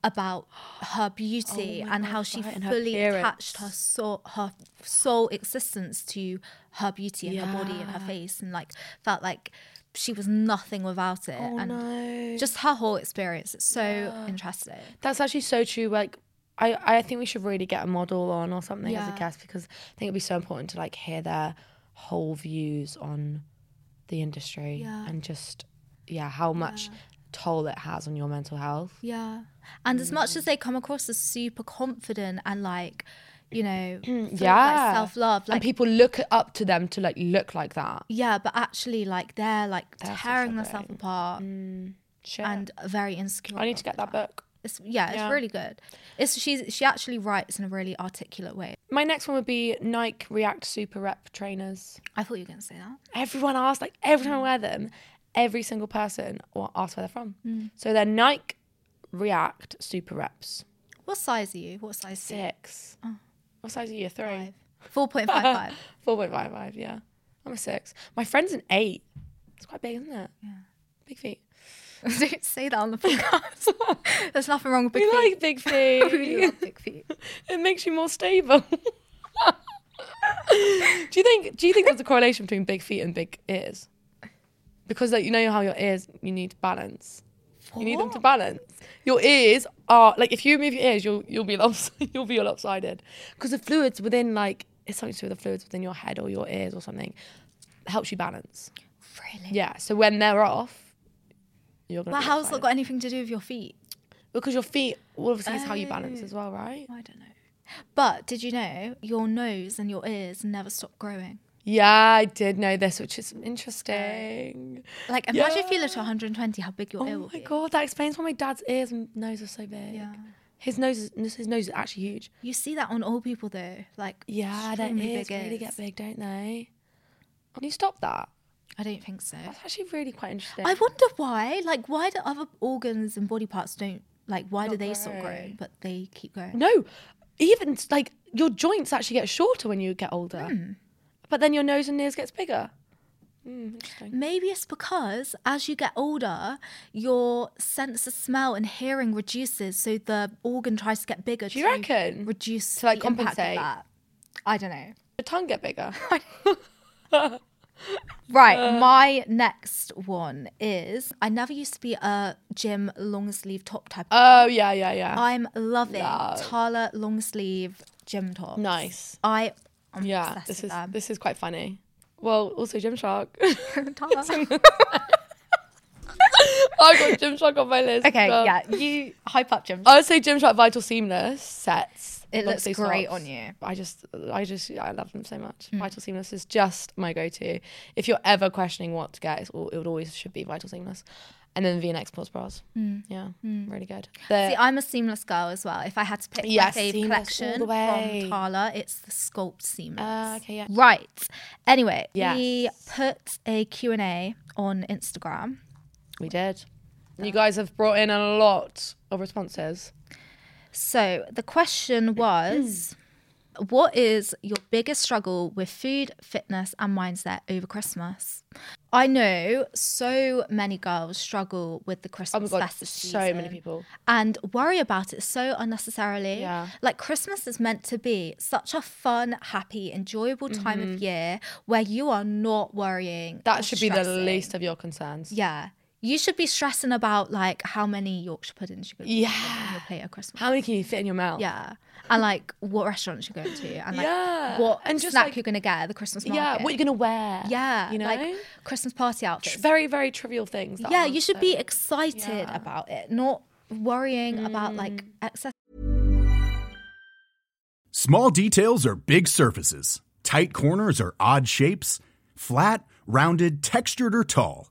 Speaker 4: about her beauty
Speaker 3: Oh
Speaker 4: and how she
Speaker 3: right, and her
Speaker 4: fully
Speaker 3: appearance.
Speaker 4: attached her soul, her sole existence to her beauty and her body and her face, and like felt like she was nothing without it.
Speaker 3: Oh
Speaker 4: and just her whole experience. It's so interesting.
Speaker 3: That's actually so true. Like, I, I think we should really get a model on or something as
Speaker 4: Yeah.
Speaker 3: a guest because I think it'd be so important to like hear their whole views on the industry
Speaker 4: Yeah.
Speaker 3: and just yeah how much toll it has on your mental health.
Speaker 4: Yeah. And as
Speaker 3: Mm.
Speaker 4: much as they come across as super confident and like, you know,
Speaker 3: yeah,
Speaker 4: self love,
Speaker 3: and
Speaker 4: like
Speaker 3: people look up to them to like look like that.
Speaker 4: yeah, but actually like they're like
Speaker 3: They're so
Speaker 4: tearing themselves
Speaker 3: struggling.
Speaker 4: apart
Speaker 3: Shit.
Speaker 4: and very insecure.
Speaker 3: I need to get that book.
Speaker 4: It's, yeah, it's
Speaker 3: Yeah.
Speaker 4: really good. It's she's she actually writes in a really articulate way.
Speaker 3: My next one would be Nike React Super Rep trainers.
Speaker 4: I thought you were gonna say that.
Speaker 3: Everyone asks, like every time I wear them, every single person will ask where they're from. So they're Nike React Super Reps.
Speaker 4: What size are you? What size?
Speaker 3: Six. What size are you? A Three.
Speaker 4: Four point five five.
Speaker 3: Four point five five. Yeah, I'm a six. My friend's an eight. It's quite big, isn't it? Yeah. Big feet.
Speaker 4: Don't say that on the podcast. There's nothing wrong with big
Speaker 3: We
Speaker 4: feet.
Speaker 3: like big feet.
Speaker 4: I really love big feet.
Speaker 3: it makes you more stable. do you think? Do you think there's a correlation between big feet and big ears? Because like you know how your ears, you need balance. You need them to balance. Your ears are like if you move your ears, you'll you'll be lops- you'll be lopsided because the fluids within like it's something to do with the fluids within your head or your ears or something helps you balance.
Speaker 4: Really?
Speaker 3: Yeah. So when they're off, you're gonna.
Speaker 4: But
Speaker 3: be
Speaker 4: how's that
Speaker 3: lopsided.
Speaker 4: got anything to do with your feet?
Speaker 3: Because your feet obviously is how you balance as well, right?
Speaker 4: I don't know. But did you know your nose and your ears never stop growing?
Speaker 3: Yeah, I did know this, which is interesting.
Speaker 4: Like imagine if you live to 120, how big your ear
Speaker 3: Oh
Speaker 4: will
Speaker 3: my
Speaker 4: be.
Speaker 3: god, that explains why my dad's ears and nose are so big.
Speaker 4: Yeah.
Speaker 3: His nose is his nose is actually huge.
Speaker 4: You see that on all people though. Like
Speaker 3: Yeah, their
Speaker 4: extremely
Speaker 3: ears
Speaker 4: big
Speaker 3: really get
Speaker 4: ears.
Speaker 3: big, don't they? Can you stop that?
Speaker 4: I don't think so.
Speaker 3: That's actually really quite interesting.
Speaker 4: I wonder why. Like why do other organs and body parts don't like why do they stop
Speaker 3: grow.
Speaker 4: growing but they keep growing?
Speaker 3: no, even like your joints actually get shorter when you get older,
Speaker 4: Hmm.
Speaker 3: but then your nose and ears gets bigger.
Speaker 4: Maybe it's because as you get older, your sense of smell and hearing reduces, so the organ tries to get bigger.
Speaker 3: Do you
Speaker 4: to
Speaker 3: reckon?
Speaker 4: Reduce
Speaker 3: To, like,
Speaker 4: the impact of
Speaker 3: compensate?
Speaker 4: that. I don't know.
Speaker 3: Your tongue get bigger.
Speaker 4: Right, my next one is I never used to be a gym long sleeve top type.
Speaker 3: oh yeah, yeah, yeah.
Speaker 4: I'm loving Tala long sleeve gym tops.
Speaker 3: Nice.
Speaker 4: I I'm
Speaker 3: yeah,
Speaker 4: obsessed
Speaker 3: this
Speaker 4: with
Speaker 3: is
Speaker 4: them.
Speaker 3: this is quite funny. Well, also Gymshark.
Speaker 4: Tala.
Speaker 3: I got Gymshark on my list.
Speaker 4: okay,
Speaker 3: but-
Speaker 4: yeah, you hype up gym.
Speaker 3: I would say Gymshark Vital Seamless sets.
Speaker 4: It
Speaker 3: long
Speaker 4: looks
Speaker 3: sleeve
Speaker 4: great on you. Hmm.
Speaker 3: I just, I just, I love them so much. Vital Seamless is just my go-to. If you're ever questioning what to get, it's, all- it would always should be Vital Seamless. And then V-neck sports bras. Yeah, really good. They're-
Speaker 4: Hmm. See, I'm a seamless girl as well. If I had to pick
Speaker 3: Yeah,
Speaker 4: my fave
Speaker 3: seamless
Speaker 4: collection
Speaker 3: all the way.
Speaker 4: from Tala, it's the sculpt seamless.
Speaker 3: Ah, okay, yeah.
Speaker 4: Right. Anyway, we
Speaker 3: Yes.
Speaker 4: put a Q&A on Instagram.
Speaker 3: we did.
Speaker 4: Oh.
Speaker 3: You guys have brought in a lot of responses.
Speaker 4: So the question was, what is your biggest struggle with food, fitness, and mindset over Christmas? I know so many girls struggle with the
Speaker 3: Oh my
Speaker 4: Christmas
Speaker 3: god,
Speaker 4: festive
Speaker 3: so many
Speaker 4: season
Speaker 3: people.
Speaker 4: and worry about it so unnecessarily.
Speaker 3: Yeah.
Speaker 4: Like Christmas is meant to be such a fun, happy, enjoyable time of year where you are not worrying. or
Speaker 3: Mm-hmm. That should be the
Speaker 4: stressing.
Speaker 3: least of your concerns.
Speaker 4: Yeah. You should be stressing about like how many Yorkshire puddings you're going to on your
Speaker 3: Yeah.
Speaker 4: plate at Christmas.
Speaker 3: How many can you fit in your mouth?
Speaker 4: Yeah. And like what restaurants you're going to and like
Speaker 3: Yeah.
Speaker 4: what
Speaker 3: And
Speaker 4: and
Speaker 3: just,
Speaker 4: snack
Speaker 3: like-
Speaker 4: you're going to get at the Christmas market.
Speaker 3: Yeah. What you're gonna wear?
Speaker 4: yeah.
Speaker 3: You know.
Speaker 4: Like Christmas party outfits.
Speaker 3: very, very trivial things. that
Speaker 4: yeah,
Speaker 3: aren't
Speaker 4: you should
Speaker 3: so-
Speaker 4: be excited about it, not worrying about like excess
Speaker 5: Small details are big surfaces. Tight corners are odd shapes. Flat, rounded, textured, or tall.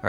Speaker 6: All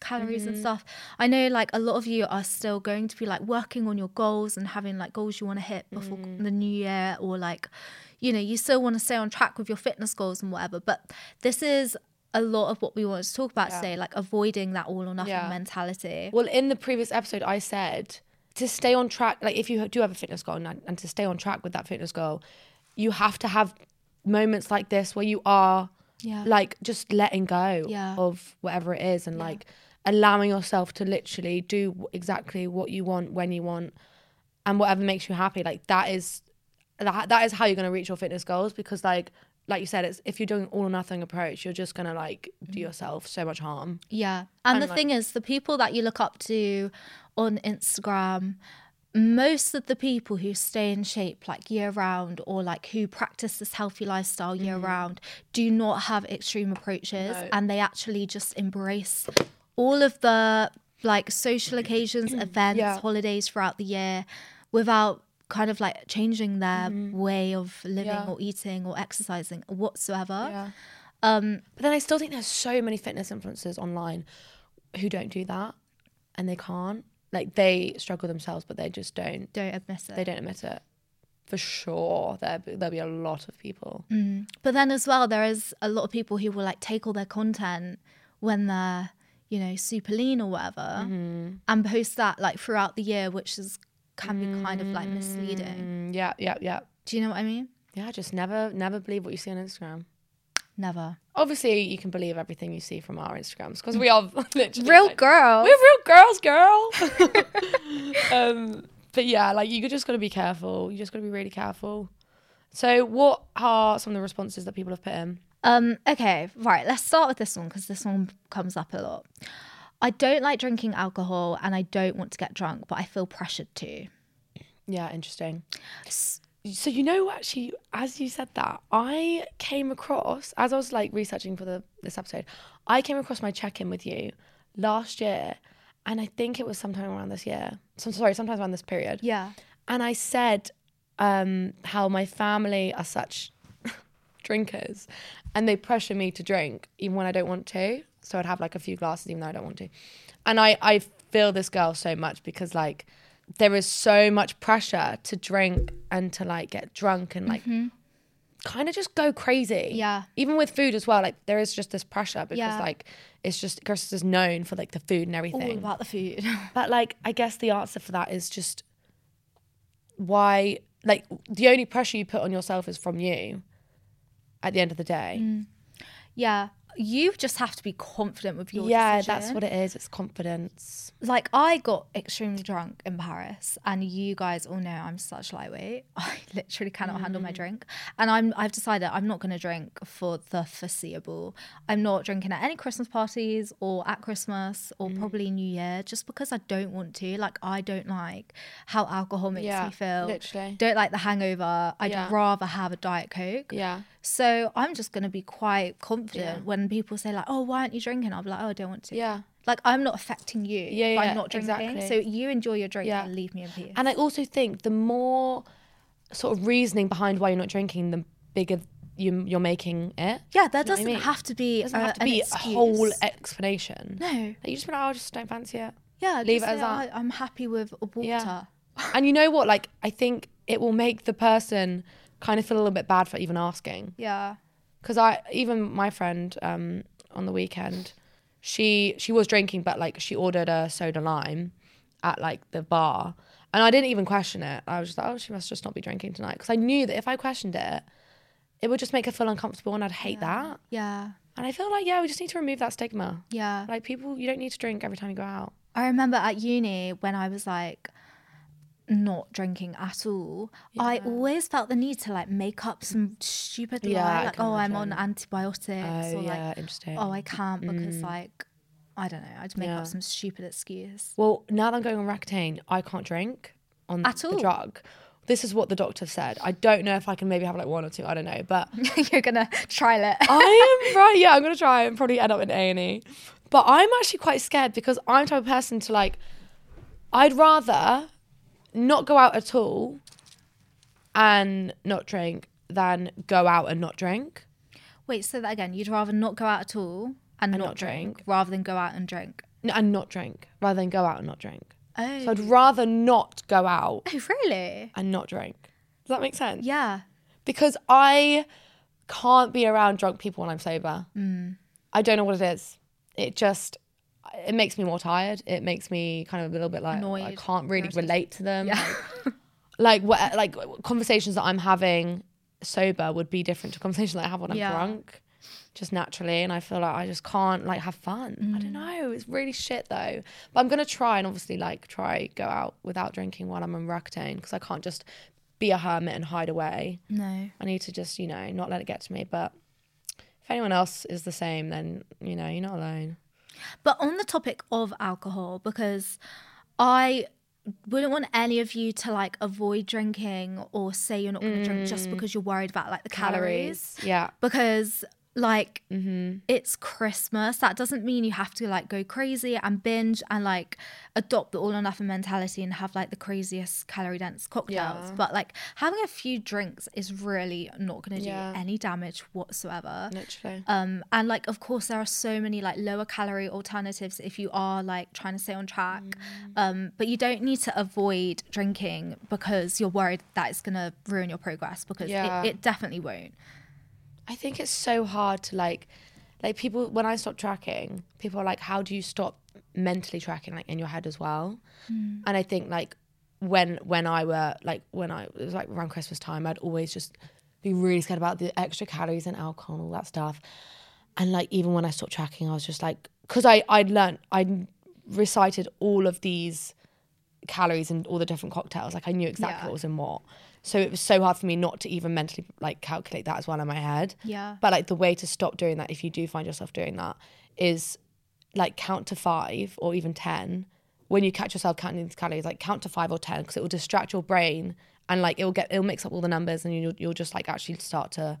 Speaker 4: calories and stuff. I know like a lot of you are still going to be like working on your goals and having like goals you want to hit before the new year or like you know, you still want to stay on track with your fitness goals and whatever, but this is a lot of what we want to talk about
Speaker 3: Yeah.
Speaker 4: today, like avoiding that all or nothing
Speaker 3: Yeah.
Speaker 4: mentality.
Speaker 3: Well, in the previous episode, I said to stay on track, like if you do have a fitness goal and, and to stay on track with that fitness goal, you have to have moments like this where you are
Speaker 4: Yeah.
Speaker 3: like just letting go
Speaker 4: Yeah.
Speaker 3: of whatever it is and like allowing yourself to literally do w- exactly what you want when you want and whatever makes you happy. Like that is that, that is how you're going to reach your fitness goals because like like you said it's if you're doing all or nothing approach you're just going to like
Speaker 4: Mm-hmm.
Speaker 3: do yourself so much harm.
Speaker 4: Yeah. And,
Speaker 3: And,
Speaker 4: the
Speaker 3: like-
Speaker 4: thing is, the people that you look up to on Instagram, most of the people who stay in shape like year round or like who practice this healthy lifestyle year round do not have extreme approaches
Speaker 3: Mm-hmm. No.
Speaker 4: and they actually just embrace all of the like social occasions, events,
Speaker 3: Yeah.
Speaker 4: holidays throughout the year without kind of like changing their way of living
Speaker 3: Mm-hmm. Yeah.
Speaker 4: or eating or exercising whatsoever.
Speaker 3: Yeah.
Speaker 4: Um
Speaker 3: But then I still think there's so many fitness influencers online who don't do that and they can't. Like they struggle themselves, but they just don't.
Speaker 4: don't admit it.
Speaker 3: They don't admit it. For sure, there there'll be a lot of people.
Speaker 4: Mm. But then as well, there is a lot of people who will like take all their content when they're, you know, super lean or whatever, and post that like throughout the year, which is can be kind of like misleading.
Speaker 3: Mm, yeah, yeah, yeah,
Speaker 4: Do you know what I mean?
Speaker 3: yeah. Just never, never believe what you see on Instagram.
Speaker 4: Never.
Speaker 3: Obviously, you can believe everything you see from our Instagrams because we are literally
Speaker 4: Real
Speaker 3: like-
Speaker 4: girl.
Speaker 3: We're real girls, girl. um, but yeah, like you just got to be careful. You just got to be really careful. So, what are some of the responses that people have put in?
Speaker 4: Um, okay, right, let's start with this one because this one comes up a lot. I don't like drinking alcohol and I don't want to get drunk, but I feel pressured to.
Speaker 3: Yeah, interesting. So, you know, actually, as you said that, I came across as I was like researching for the this episode, I came across my check in with you last year, and I think it was sometime around this year. So, sorry, sometimes around this period.
Speaker 4: Yeah.
Speaker 3: and I said um, how my family are such drinkers and they pressure me to drink even when I don't want to. So I'd have like a few glasses even though I don't want to. And I, I feel this girl so much because like there is so much pressure to drink and to like get drunk and like kind of just go crazy.
Speaker 4: Mm-hmm. Yeah.
Speaker 3: Even with food as well, like there is just this pressure because
Speaker 4: Yeah.
Speaker 3: like it's just Chris is known for like the food and everything.
Speaker 4: All about the food.
Speaker 3: But like, I guess the answer for that is just why, like, the only pressure you put on yourself is from you. At the end of the day,
Speaker 4: yeah. You just have to be confident with your
Speaker 3: yeah, that's
Speaker 4: decision.
Speaker 3: what it is. It's confidence.
Speaker 4: like I got extremely drunk in Paris, and you guys all know I'm such lightweight. I literally cannot handle
Speaker 3: Mm.
Speaker 4: my drink, and I'm I've decided I'm not going to drink for the foreseeable. I'm not drinking at any Christmas parties or at Christmas or
Speaker 3: Mm.
Speaker 4: probably New Year, just because I don't want to. Like I don't like how alcohol makes
Speaker 3: Yeah,
Speaker 4: me feel.
Speaker 3: literally.
Speaker 4: don't like the hangover. I'd
Speaker 3: Yeah.
Speaker 4: rather have a diet coke.
Speaker 3: Yeah,
Speaker 4: So I'm just going to be quite confident when people say like, "Oh, why aren't you drinking?" I'll be like, "Oh, I don't want to."
Speaker 3: yeah,
Speaker 4: Like I'm not affecting you
Speaker 3: Yeah,
Speaker 4: by
Speaker 3: yeah,
Speaker 4: not drinking.
Speaker 3: exactly.
Speaker 4: So you enjoy your drink
Speaker 3: Yeah.
Speaker 4: and leave me in peace.
Speaker 3: And I also think the more sort of reasoning behind why you're not drinking, the bigger you, you're making it.
Speaker 4: yeah, there
Speaker 3: Do you know what I
Speaker 4: doesn't
Speaker 3: mean?
Speaker 4: have to be
Speaker 3: It doesn't
Speaker 4: uh,
Speaker 3: have to
Speaker 4: an
Speaker 3: be a whole e-,
Speaker 4: excuse.
Speaker 3: explanation.
Speaker 4: No.
Speaker 3: Like, you just be like, oh, I just don't fancy it.
Speaker 4: yeah,
Speaker 3: leave it
Speaker 4: just
Speaker 3: as
Speaker 4: say,
Speaker 3: that.
Speaker 4: "Oh, I'm happy with water.
Speaker 3: and you know what? Like, I think it will make the person kind of feel a little bit bad for even asking.
Speaker 4: Yeah.
Speaker 3: Because I, even my friend um, on the weekend, she she was drinking, but like she ordered a soda lime at like the bar, and I didn't even question it. I was just like, oh, she must just not be drinking tonight, because I knew that if I questioned it, it would just make her feel uncomfortable, and I'd hate that.
Speaker 4: Yeah.
Speaker 3: And I feel like yeah, we just need to remove that stigma.
Speaker 4: Yeah.
Speaker 3: Like people, you don't need to drink every time you go out.
Speaker 4: I remember at uni when I was like not drinking at all, I always felt the need to like make up some stupid
Speaker 3: Yeah,
Speaker 4: lie,
Speaker 3: I
Speaker 4: like,
Speaker 3: can
Speaker 4: oh, I'm on
Speaker 3: imagine.
Speaker 4: antibiotics,
Speaker 3: Oh,
Speaker 4: or
Speaker 3: yeah,
Speaker 4: like,
Speaker 3: interesting.
Speaker 4: oh, I can't because
Speaker 3: Mm.
Speaker 4: like, I don't know, I'd make
Speaker 3: Yeah.
Speaker 4: up some stupid excuse.
Speaker 3: Well, now that I'm going on Ractane, I can't drink on
Speaker 4: At all?
Speaker 3: the drug. This is what the doctor said. I don't know if I can maybe have like one or two. I don't know, but
Speaker 4: You're gonna trial it.
Speaker 3: I am right. Yeah, I'm gonna try and probably end up in A and E. But I'm actually quite scared because I'm the type of person to like. I'd rather not go out at all and not drink than go out and not drink.
Speaker 4: Wait, say that again. You'd rather not go out at all and, not, drink, rather than go out and drink.
Speaker 3: N- and not drink rather than go out and not drink.
Speaker 4: Oh.
Speaker 3: So I'd rather not go out
Speaker 4: Oh, really?
Speaker 3: and not drink. Does that make sense?
Speaker 4: Yeah.
Speaker 3: Because I can't be around drunk people when I'm sober.
Speaker 4: Mm.
Speaker 3: I don't know what it is. It just it makes me more tired. It makes me kind of a little bit like I
Speaker 4: Annoyed,
Speaker 3: can't really
Speaker 4: irritated.
Speaker 3: relate to them. Like, like what like conversations that I'm having sober would be different to conversations that I have when I'm
Speaker 4: Yeah.
Speaker 3: drunk. Just naturally, and I feel like I just can't like have fun. I
Speaker 4: Mm.
Speaker 3: don't know. It's really shit though. But I'm gonna try and obviously like try go out without drinking while I'm on Ractane because I can't just be a hermit and hide away.
Speaker 4: No.
Speaker 3: I need to just, you know, not let it get to me. But if anyone else is the same, then, you know, you're not alone.
Speaker 4: But on the topic of alcohol, because I wouldn't want any of you to like avoid drinking or say you're not going to drink just
Speaker 3: Mm.
Speaker 4: because you're worried about like the calories.
Speaker 3: Yeah.
Speaker 4: Because like
Speaker 3: Mm-hmm.
Speaker 4: it's Christmas. That doesn't mean you have to like go crazy and binge and like adopt the all or nothing mentality and have like the craziest calorie dense cocktails.
Speaker 3: Yeah.
Speaker 4: But like having a few drinks is really not going to
Speaker 3: Yeah.
Speaker 4: do any damage whatsoever.
Speaker 3: Literally.
Speaker 4: Um, and like, of course, there are so many like lower calorie alternatives if you are like trying to stay on track.
Speaker 3: Mm.
Speaker 4: Um, but you don't need to avoid drinking because you're worried that it's gonna ruin your progress because
Speaker 3: Yeah.
Speaker 4: it, it definitely won't.
Speaker 3: I think it's so hard to like, like people, when I stopped tracking, people are like, how do you stop mentally tracking, like in your head as well?
Speaker 7: Mm.
Speaker 3: And I think like when, when I were like, when I, it was like around Christmas time, I'd always just be really scared about the extra calories and alcohol and all that stuff. and like even when I stopped tracking, I was just like, because I I'd learnt I recited all of these calories and all the different cocktails. Like I knew exactly
Speaker 4: Yeah.
Speaker 3: what was in what. So it was so hard for me not to even mentally like calculate that as well in my head.
Speaker 4: Yeah.
Speaker 3: But like the way to stop doing that, if you do find yourself doing that, is like count to five or even ten. When you catch yourself counting these calories, like count to five or ten, because it will distract your brain and like it will get it'll mix up all the numbers and you'll you'll just like actually start to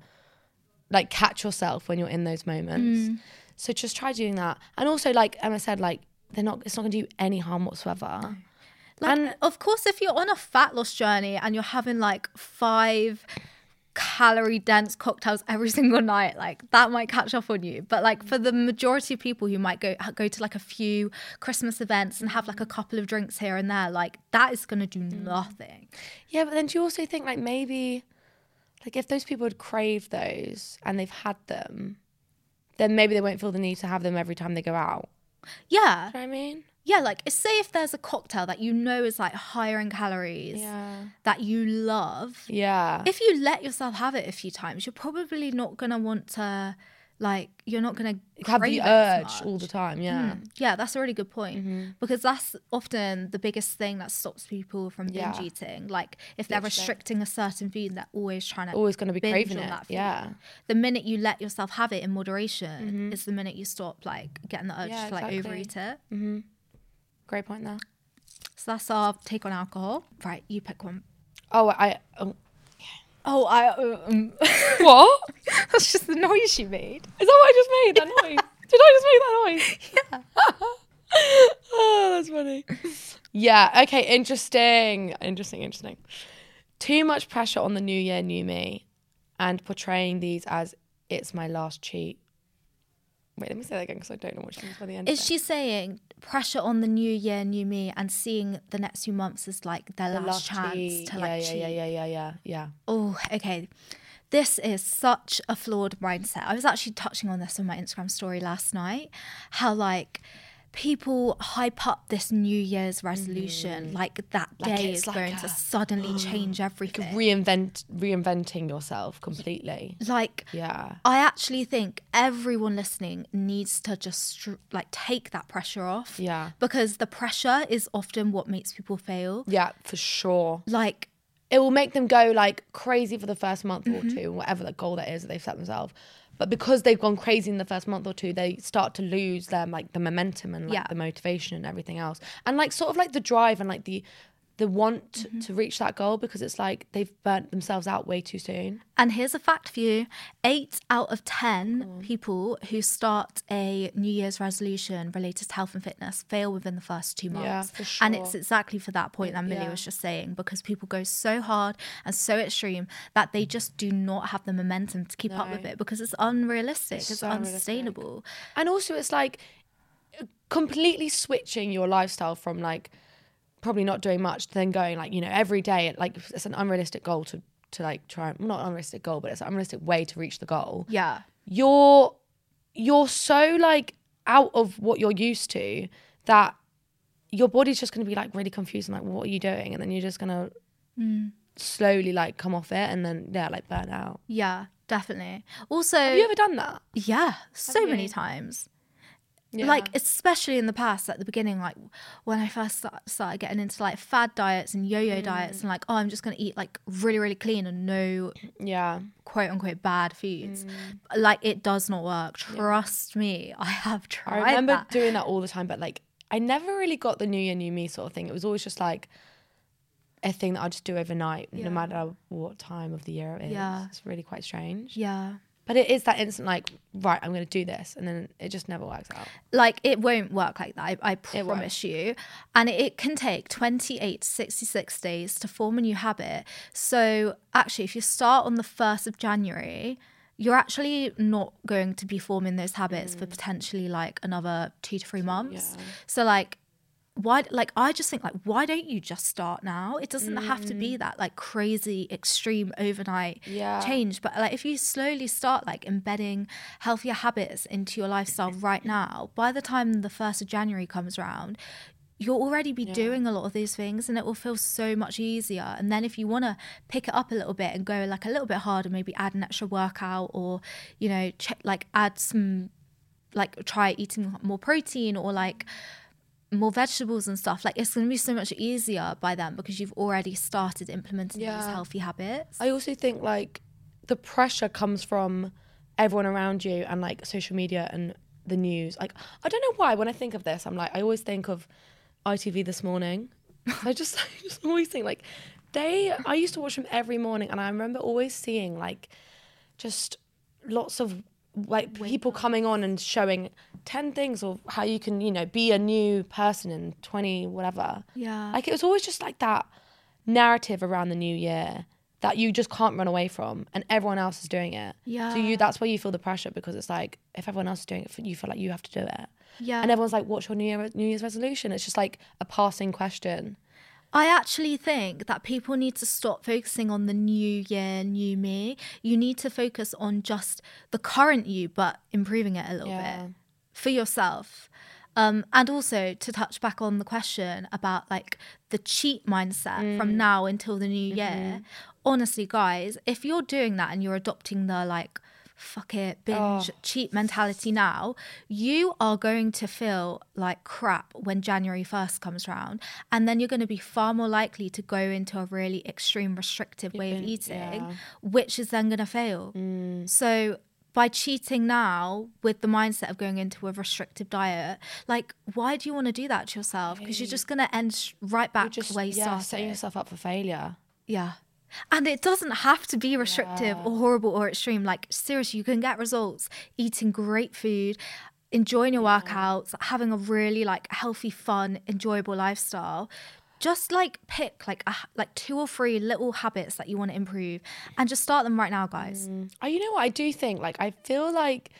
Speaker 3: like catch yourself when you're in those moments.
Speaker 4: Mm.
Speaker 3: So just try doing that. And also like Emma said, like they're not it's not gonna do you any harm whatsoever.
Speaker 4: Like, of course, if you're on a fat loss journey and you're having like five calorie dense cocktails every single night, like that might catch up on you. But like for the majority of people who might go go to like a few Christmas events and have like a couple of drinks here and there, like that is gonna do nothing.
Speaker 3: Yeah, but then do you also think like maybe like if those people had craved those and they've had them, then maybe they won't feel the need to have them every time they go out.
Speaker 4: Yeah.
Speaker 3: I mean?
Speaker 4: Yeah, like say if there's a cocktail that you know is like higher in calories that you love.
Speaker 3: Yeah.
Speaker 4: If you let yourself have it a few times, you're probably not gonna want to like you're not gonna
Speaker 3: have
Speaker 4: crave
Speaker 3: the
Speaker 4: it as
Speaker 3: urge all the time, Mm-hmm. yeah.
Speaker 4: Mm, yeah, that's a really good point because that's often the biggest thing that stops people from binge
Speaker 3: Yeah.
Speaker 4: eating. Like if they're
Speaker 3: Literally.
Speaker 4: restricting a certain food, they're always trying to
Speaker 3: Always gonna be
Speaker 4: binge
Speaker 3: craving
Speaker 4: on
Speaker 3: it,
Speaker 4: That food.
Speaker 3: yeah.
Speaker 4: The minute you let yourself have it in moderation is the minute you stop like getting the urge
Speaker 3: Mm-hmm. Yeah,
Speaker 4: to like
Speaker 3: exactly.
Speaker 4: overeat it.
Speaker 3: Mm-hmm. Great point there.
Speaker 4: So that's our take on alcohol. Right, you pick one.
Speaker 3: Oh, I. Oh,
Speaker 4: oh I. Um,
Speaker 3: what?
Speaker 4: that's just the noise you made.
Speaker 3: Is that what I just made? That noise? Did I just make that noise?
Speaker 4: Yeah.
Speaker 3: oh, that's funny. Yeah. Okay. Interesting. Interesting. Interesting. Too much pressure on the new year, new me, and portraying these as it's my last cheat. Wait, let me say that again because I don't know what she means by the end.
Speaker 4: Is
Speaker 3: of
Speaker 4: she saying pressure on the new year, new me, and seeing the next few months as like their
Speaker 3: it. The
Speaker 4: last, chance
Speaker 3: cheat.
Speaker 4: to
Speaker 3: yeah,
Speaker 4: like
Speaker 3: yeah,
Speaker 4: cheat?
Speaker 3: yeah, yeah, yeah, yeah, yeah.
Speaker 4: Oh, okay. This is such a flawed mindset. I was actually touching on this on my Instagram story last night. How like people hype up this New Year's resolution like that
Speaker 3: Mm. Like
Speaker 4: day
Speaker 3: it's
Speaker 4: is
Speaker 3: like
Speaker 4: going
Speaker 3: a-
Speaker 4: to suddenly change everything.
Speaker 3: Reinvent, reinventing yourself completely.
Speaker 4: like
Speaker 3: Yeah.
Speaker 4: I actually think everyone listening needs to just str- like take that pressure off.
Speaker 3: Yeah.
Speaker 4: Because the pressure is often what makes people fail.
Speaker 3: Yeah, for sure.
Speaker 4: Like
Speaker 3: it will make them go like crazy for the first month or two, whatever the goal that is that they've set themselves. But because they've gone crazy in the first month or two, they start to lose their like the momentum and like
Speaker 4: Yeah.
Speaker 3: the motivation and everything else, and like sort of like the drive and like the the want to reach that goal because it's like they've burnt themselves out way too soon.
Speaker 4: And here's a fact for you eight out of 10 people who start a New Year's resolution related to health and fitness fail within the first two
Speaker 3: Yeah,
Speaker 4: months.
Speaker 3: for
Speaker 4: And it's
Speaker 3: sure.
Speaker 4: exactly for that point that Millie
Speaker 3: Yeah.
Speaker 4: was just saying because people go so hard and so extreme that they just do not have the momentum to keep up with
Speaker 3: No.
Speaker 4: it because it's unrealistic, it's,
Speaker 3: It's so unrealistic.
Speaker 4: unsustainable.
Speaker 3: And also, it's like completely switching your lifestyle from like probably not doing much to then going like you know every day like it's an unrealistic goal to to like try well, not unrealistic goal but it's an unrealistic way to reach the goal
Speaker 4: Yeah.
Speaker 3: you're you're so like out of what you're used to that your body's just going to be like really confused and like what are you doing and then you're just going to
Speaker 4: Mm.
Speaker 3: slowly like come off it and then yeah like burn out
Speaker 4: Yeah, definitely. Also, have
Speaker 3: you ever done that?
Speaker 4: Yeah, so many times.
Speaker 3: Yeah.
Speaker 4: Like especially in the past, at the beginning, like when I first start, started getting into like fad diets and yo-yo
Speaker 3: Mm.
Speaker 4: diets, and like oh, I'm just gonna eat like really, really clean and no,
Speaker 3: yeah,
Speaker 4: quote unquote bad foods.
Speaker 3: Mm.
Speaker 4: Like it does not work. Trust me, I have tried.
Speaker 3: I remember
Speaker 4: that.
Speaker 3: doing that all the time, but like I never really got the new year, new me sort of thing. It was always just like a thing that I just do overnight,
Speaker 4: Yeah.
Speaker 3: no matter what time of the year it is.
Speaker 4: Yeah.
Speaker 3: It's really quite strange.
Speaker 4: Yeah.
Speaker 3: But it is that instant, like, right, I'm going to do this. And then it just never works out.
Speaker 4: Like it won't work like that. I, I
Speaker 3: It won't.
Speaker 4: promise you. And it, it can take 28 to 66 days to form a new habit. So actually, if you start on the 1st of January, you're actually not going to be forming those habits
Speaker 3: Mm.
Speaker 4: for potentially like another two to three months. So like why like I just think like why don't you just start now? It doesn't have to be that like crazy extreme overnight
Speaker 3: Yeah.
Speaker 4: change, but like if you slowly start like embedding healthier habits into your lifestyle right now, by the time the 1st of January comes around, you'll already be doing a lot of these things and it will feel so much easier. And then if you want to pick it up a little bit and go like a little bit harder, maybe add an extra workout or you know, check like add some like try eating more protein or like more vegetables and stuff like it's going to be so much easier by then because you've already started implementing these
Speaker 3: Yeah.
Speaker 4: healthy habits
Speaker 3: I also think like the pressure comes from everyone around you and like social media and the news. Like I don't know why when I think of this, I'm like I always think of ITV this morning. I just I just always think like they I used to watch them every morning and I remember always seeing like just lots of like people coming on and showing 10 things of how you can, you know, be a new person in 20 whatever.
Speaker 4: yeah
Speaker 3: Like it was always just like that narrative around the new year that you just can't run away from, and everyone else is doing it. So
Speaker 4: Yeah.
Speaker 3: you that's where you feel the pressure because it's like if everyone else is doing it, you feel like you have to do it.
Speaker 4: yeah
Speaker 3: And everyone's like, "What's your new year New Year's resolution?" It's just like a passing question.
Speaker 4: I actually think that people need to stop focusing on the new year, new me. You need to focus on just the current you, but improving it a little
Speaker 3: Yeah.
Speaker 4: bit for yourself. Um, and also to touch back on the question about like the cheat mindset from now until the new year. Honestly, guys, if you're doing that and you're adopting the like, fuck it, binge, cheat mentality now, you are going to feel like crap when January 1st comes round. And then you're going to be far more likely to go into a really extreme, restrictive way of eating,
Speaker 3: yeah.
Speaker 4: which is then going to fail. So, by cheating now with the mindset of going into a restrictive diet, like, why do you want to do that to yourself? Because you're just going to end sh- right back
Speaker 3: Just
Speaker 4: where you
Speaker 3: yeah,
Speaker 4: started.
Speaker 3: setting yourself up for failure.
Speaker 4: Yeah. And it doesn't have to be restrictive or horrible or extreme. Like, seriously, you can get results eating great food, enjoying your workouts, having a really like healthy, fun, enjoyable lifestyle. Just like pick like a, like two or three little habits that you want to improve, and just start them right now, guys.
Speaker 3: Oh, you know what? I do think, like, I feel like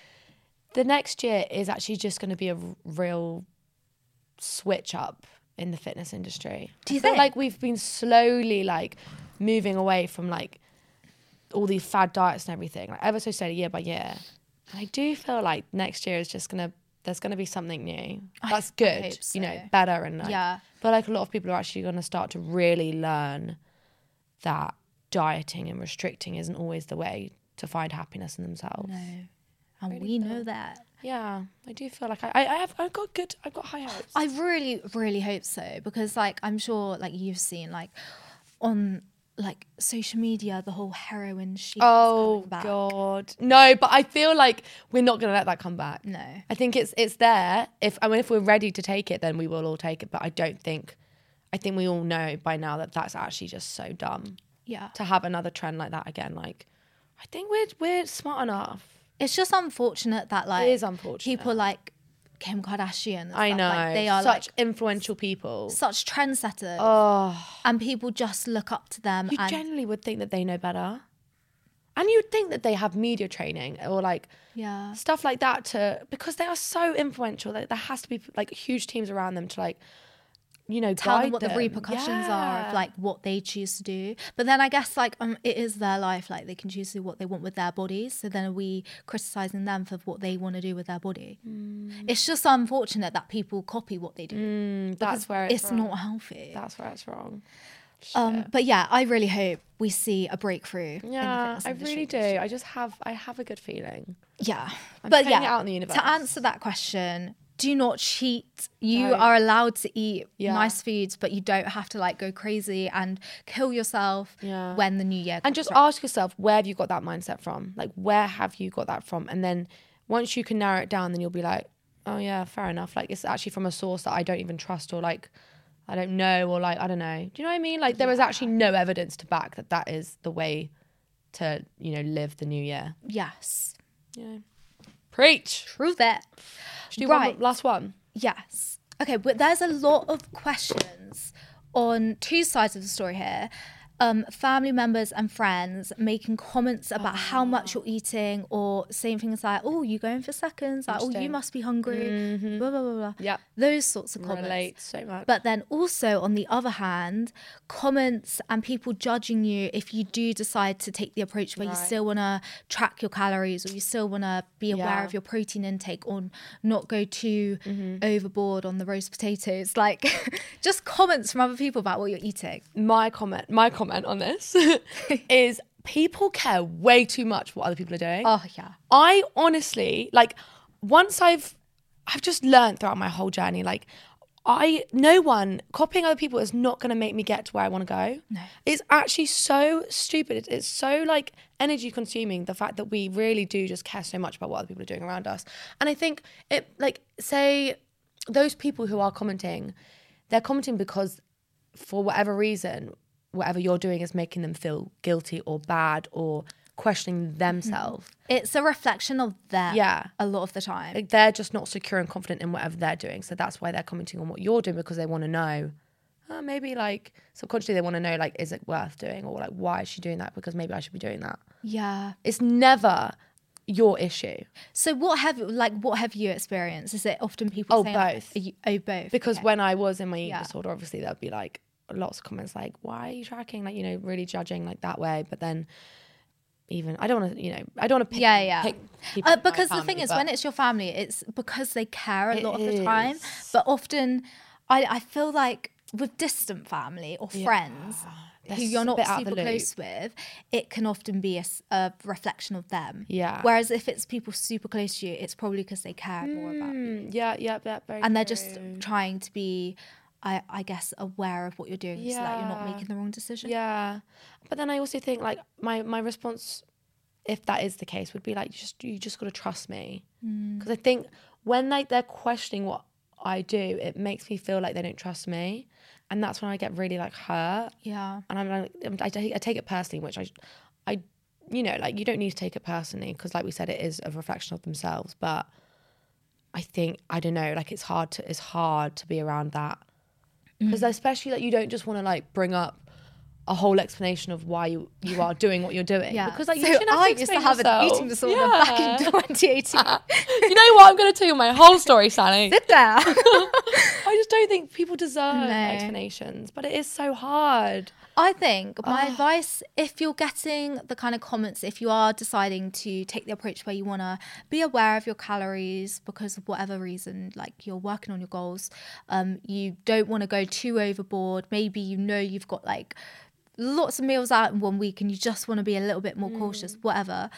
Speaker 3: the next year is actually just going to be a r- real switch up in the fitness industry.
Speaker 4: Do you
Speaker 3: I feel
Speaker 4: think?
Speaker 3: like we've been slowly like moving away from like all these fad diets and everything, like ever so slowly, year by year. And I do feel like next year is just gonna there's gonna be something new.
Speaker 4: I-
Speaker 3: That's
Speaker 4: I
Speaker 3: good,
Speaker 4: hope
Speaker 3: you know,
Speaker 4: so.
Speaker 3: better and like,
Speaker 4: Yeah.
Speaker 3: I feel like a lot of people are actually gonna start to really learn that dieting and restricting isn't always the way to find happiness in themselves.
Speaker 4: No. And we know that.
Speaker 3: Yeah, I do feel like I, I, I have I've got good I've got high hopes.
Speaker 4: I really, really hope so because, like, I'm sure, like, you've seen, like, on like social media, the whole heroin shit.
Speaker 3: Oh God, no! But I feel like we're not going to let that come back.
Speaker 4: No.
Speaker 3: I think it's it's there. If I mean, if we're ready to take it, then we will all take it. But I don't think, I think we all know by now that that's actually just so dumb.
Speaker 4: Yeah.
Speaker 3: To have another trend like that again, like I think we're we're smart enough.
Speaker 4: It's just unfortunate that, like,
Speaker 3: is unfortunate.
Speaker 4: People like Kim Kardashian. and
Speaker 3: I
Speaker 4: stuff,
Speaker 3: know
Speaker 4: like, they are
Speaker 3: such
Speaker 4: like
Speaker 3: influential people.
Speaker 4: such trendsetters.
Speaker 3: Oh.
Speaker 4: And people just look up to them.
Speaker 3: You
Speaker 4: and
Speaker 3: generally would think that they know better. And you'd think that they have media training or like
Speaker 4: yeah.
Speaker 3: stuff like that to because they are so influential that there has to be like huge teams around them to like you know
Speaker 4: tell them
Speaker 3: guide
Speaker 4: what the repercussions are
Speaker 3: Yeah.
Speaker 4: of like what they choose to do. But then I guess like um, it is their life. Like they can choose to do what they want with their bodies. So then are we criticizing them for what they want to do with their body?
Speaker 3: Mm.
Speaker 4: It's just unfortunate that people copy what they do.
Speaker 3: that's
Speaker 4: because
Speaker 3: where it's, wrong.
Speaker 4: not healthy.
Speaker 3: Mm, that's where it's wrong
Speaker 4: Um, but yeah, I really hope we see a breakthrough.
Speaker 3: yeah
Speaker 4: in the fitness
Speaker 3: i
Speaker 4: industry.
Speaker 3: really do i just have i have a good feeling
Speaker 4: Yeah,
Speaker 3: I'm
Speaker 4: but
Speaker 3: putting
Speaker 4: yeah,
Speaker 3: it out in the universe.
Speaker 4: to answer that question. Do not cheat. You
Speaker 3: Don't.
Speaker 4: are allowed to eat
Speaker 3: Yeah.
Speaker 4: nice foods, but you don't have to like go crazy and kill yourself
Speaker 3: Yeah.
Speaker 4: when the new year comes.
Speaker 3: and just
Speaker 4: around.
Speaker 3: ask yourself where have you got that mindset from like where have you got that from and then once you can narrow it down then you'll be like oh yeah fair enough like it's actually from a source that i don't even trust or like i don't know or like i don't know do you know what i mean like there is actually no evidence to back that that is the way to you know live the new year
Speaker 4: Yes.
Speaker 3: yeah preach
Speaker 4: Prove that.
Speaker 3: Should we do
Speaker 4: Right.
Speaker 3: one last one
Speaker 4: Yes. Okay, but there's a lot of questions on two sides of the story here. Um, family members and friends making comments about
Speaker 3: Ah.
Speaker 4: how much you're eating, or saying things like, "Oh, you going for seconds? Like, oh, you
Speaker 3: Interesting.
Speaker 4: must be hungry."
Speaker 3: Mm-hmm.
Speaker 4: Blah blah blah blah.
Speaker 3: yeah
Speaker 4: Those sorts of comments.
Speaker 3: relate so much
Speaker 4: But then also, on the other hand, comments and people judging you if you do decide to take the approach where you
Speaker 3: Right.
Speaker 4: still want to track your calories or you still want to be aware
Speaker 3: Yeah.
Speaker 4: of your protein intake or not go too
Speaker 3: Mm-hmm.
Speaker 4: overboard on the roast potatoes. Like, just comments from other people about what you're eating.
Speaker 3: my comment my comment on this is people care way too much what other people are doing
Speaker 4: Oh, yeah.
Speaker 3: I honestly like once I've I've just learned throughout my whole journey like I no one copying other people is not going to make me get to where I want to go. No. It's actually so stupid. It's, it's so like energy consuming the fact that we really do just care so much about what other people are doing around us. And I think it like say those people who are commenting they're commenting because for whatever reason, whatever you're doing is making them feel guilty or bad or questioning themselves.
Speaker 4: It's a reflection of them
Speaker 3: Yeah.
Speaker 4: Mm-hmm. a lot of the time.
Speaker 3: Like they're just not secure and confident in whatever they're doing. So that's why they're commenting on what you're doing because they want to know. Uh, maybe like subconsciously they want to know like is it worth doing or like why is she doing that because maybe I should be doing that.
Speaker 4: yeah.
Speaker 3: It's never your issue
Speaker 4: So what have like what have you experienced? Is it often people
Speaker 3: Oh,
Speaker 4: saying like,
Speaker 3: both.
Speaker 4: are you- oh both
Speaker 3: because
Speaker 4: okay.
Speaker 3: when I was in my eating
Speaker 4: Yeah.
Speaker 3: disorder, obviously there'd be like lots of comments like why are you tracking like you know really judging like that way. But then even I don't want to you know I don't want to pick,
Speaker 4: yeah yeah
Speaker 3: pick people
Speaker 4: uh,
Speaker 3: in my
Speaker 4: because the thing
Speaker 3: family,
Speaker 4: is when
Speaker 3: but-
Speaker 4: it's your family it's because they care a
Speaker 3: It
Speaker 4: lot of the time but often i i feel like with distant family or friends
Speaker 3: they're
Speaker 4: who you're
Speaker 3: s- a
Speaker 4: not
Speaker 3: bit out of the
Speaker 4: super
Speaker 3: loop.
Speaker 4: close with it can often be a, s- a reflection of them
Speaker 3: Yeah.
Speaker 4: whereas if it's people super close to you it's probably because they care more about you
Speaker 3: Mm, yeah yeah yeah very
Speaker 4: and they're just
Speaker 3: true.
Speaker 4: trying to be I, I guess aware of what you're doing so that you're not
Speaker 3: Yeah.
Speaker 4: making the wrong decision
Speaker 3: Yeah. But then I also think like my my response if that is the case would be like you just you just got to trust me.
Speaker 4: Mm.
Speaker 3: Cuz I think when like they're questioning what I do, it makes me feel like they don't trust me. And that's when I get really like hurt
Speaker 4: yeah
Speaker 3: and I'm like I'm- I take, I take it personally, which I I you know, like you don't need to take it personally because like we said it is a reflection of themselves, but I think I don't know. Like it's hard to it's hard to be around that
Speaker 4: Mm.
Speaker 3: because especially like you don't just want to like bring up a whole explanation of why you you are doing what you're doing.
Speaker 4: Yeah.
Speaker 3: Because like you
Speaker 4: So
Speaker 3: shouldn't
Speaker 4: I
Speaker 3: have to
Speaker 4: used to
Speaker 3: explain
Speaker 4: have an
Speaker 3: yourself.
Speaker 4: eating disorder back in 2018.
Speaker 3: you know what? I'm going to tell you my whole story, Sally. Sit
Speaker 4: there.
Speaker 3: I just don't think people deserve
Speaker 4: No.
Speaker 3: explanations, but it is so hard.
Speaker 4: I think my
Speaker 3: Ugh.
Speaker 4: advice, if you're getting the kind of comments, if you are deciding to take the approach where you want to be aware of your calories because of whatever reason, like you're working on your goals, um, you don't want to go too overboard. Maybe you know you've got like lots of meals out in one week and you just want to be a little bit more cautious,
Speaker 3: Mm.
Speaker 4: whatever,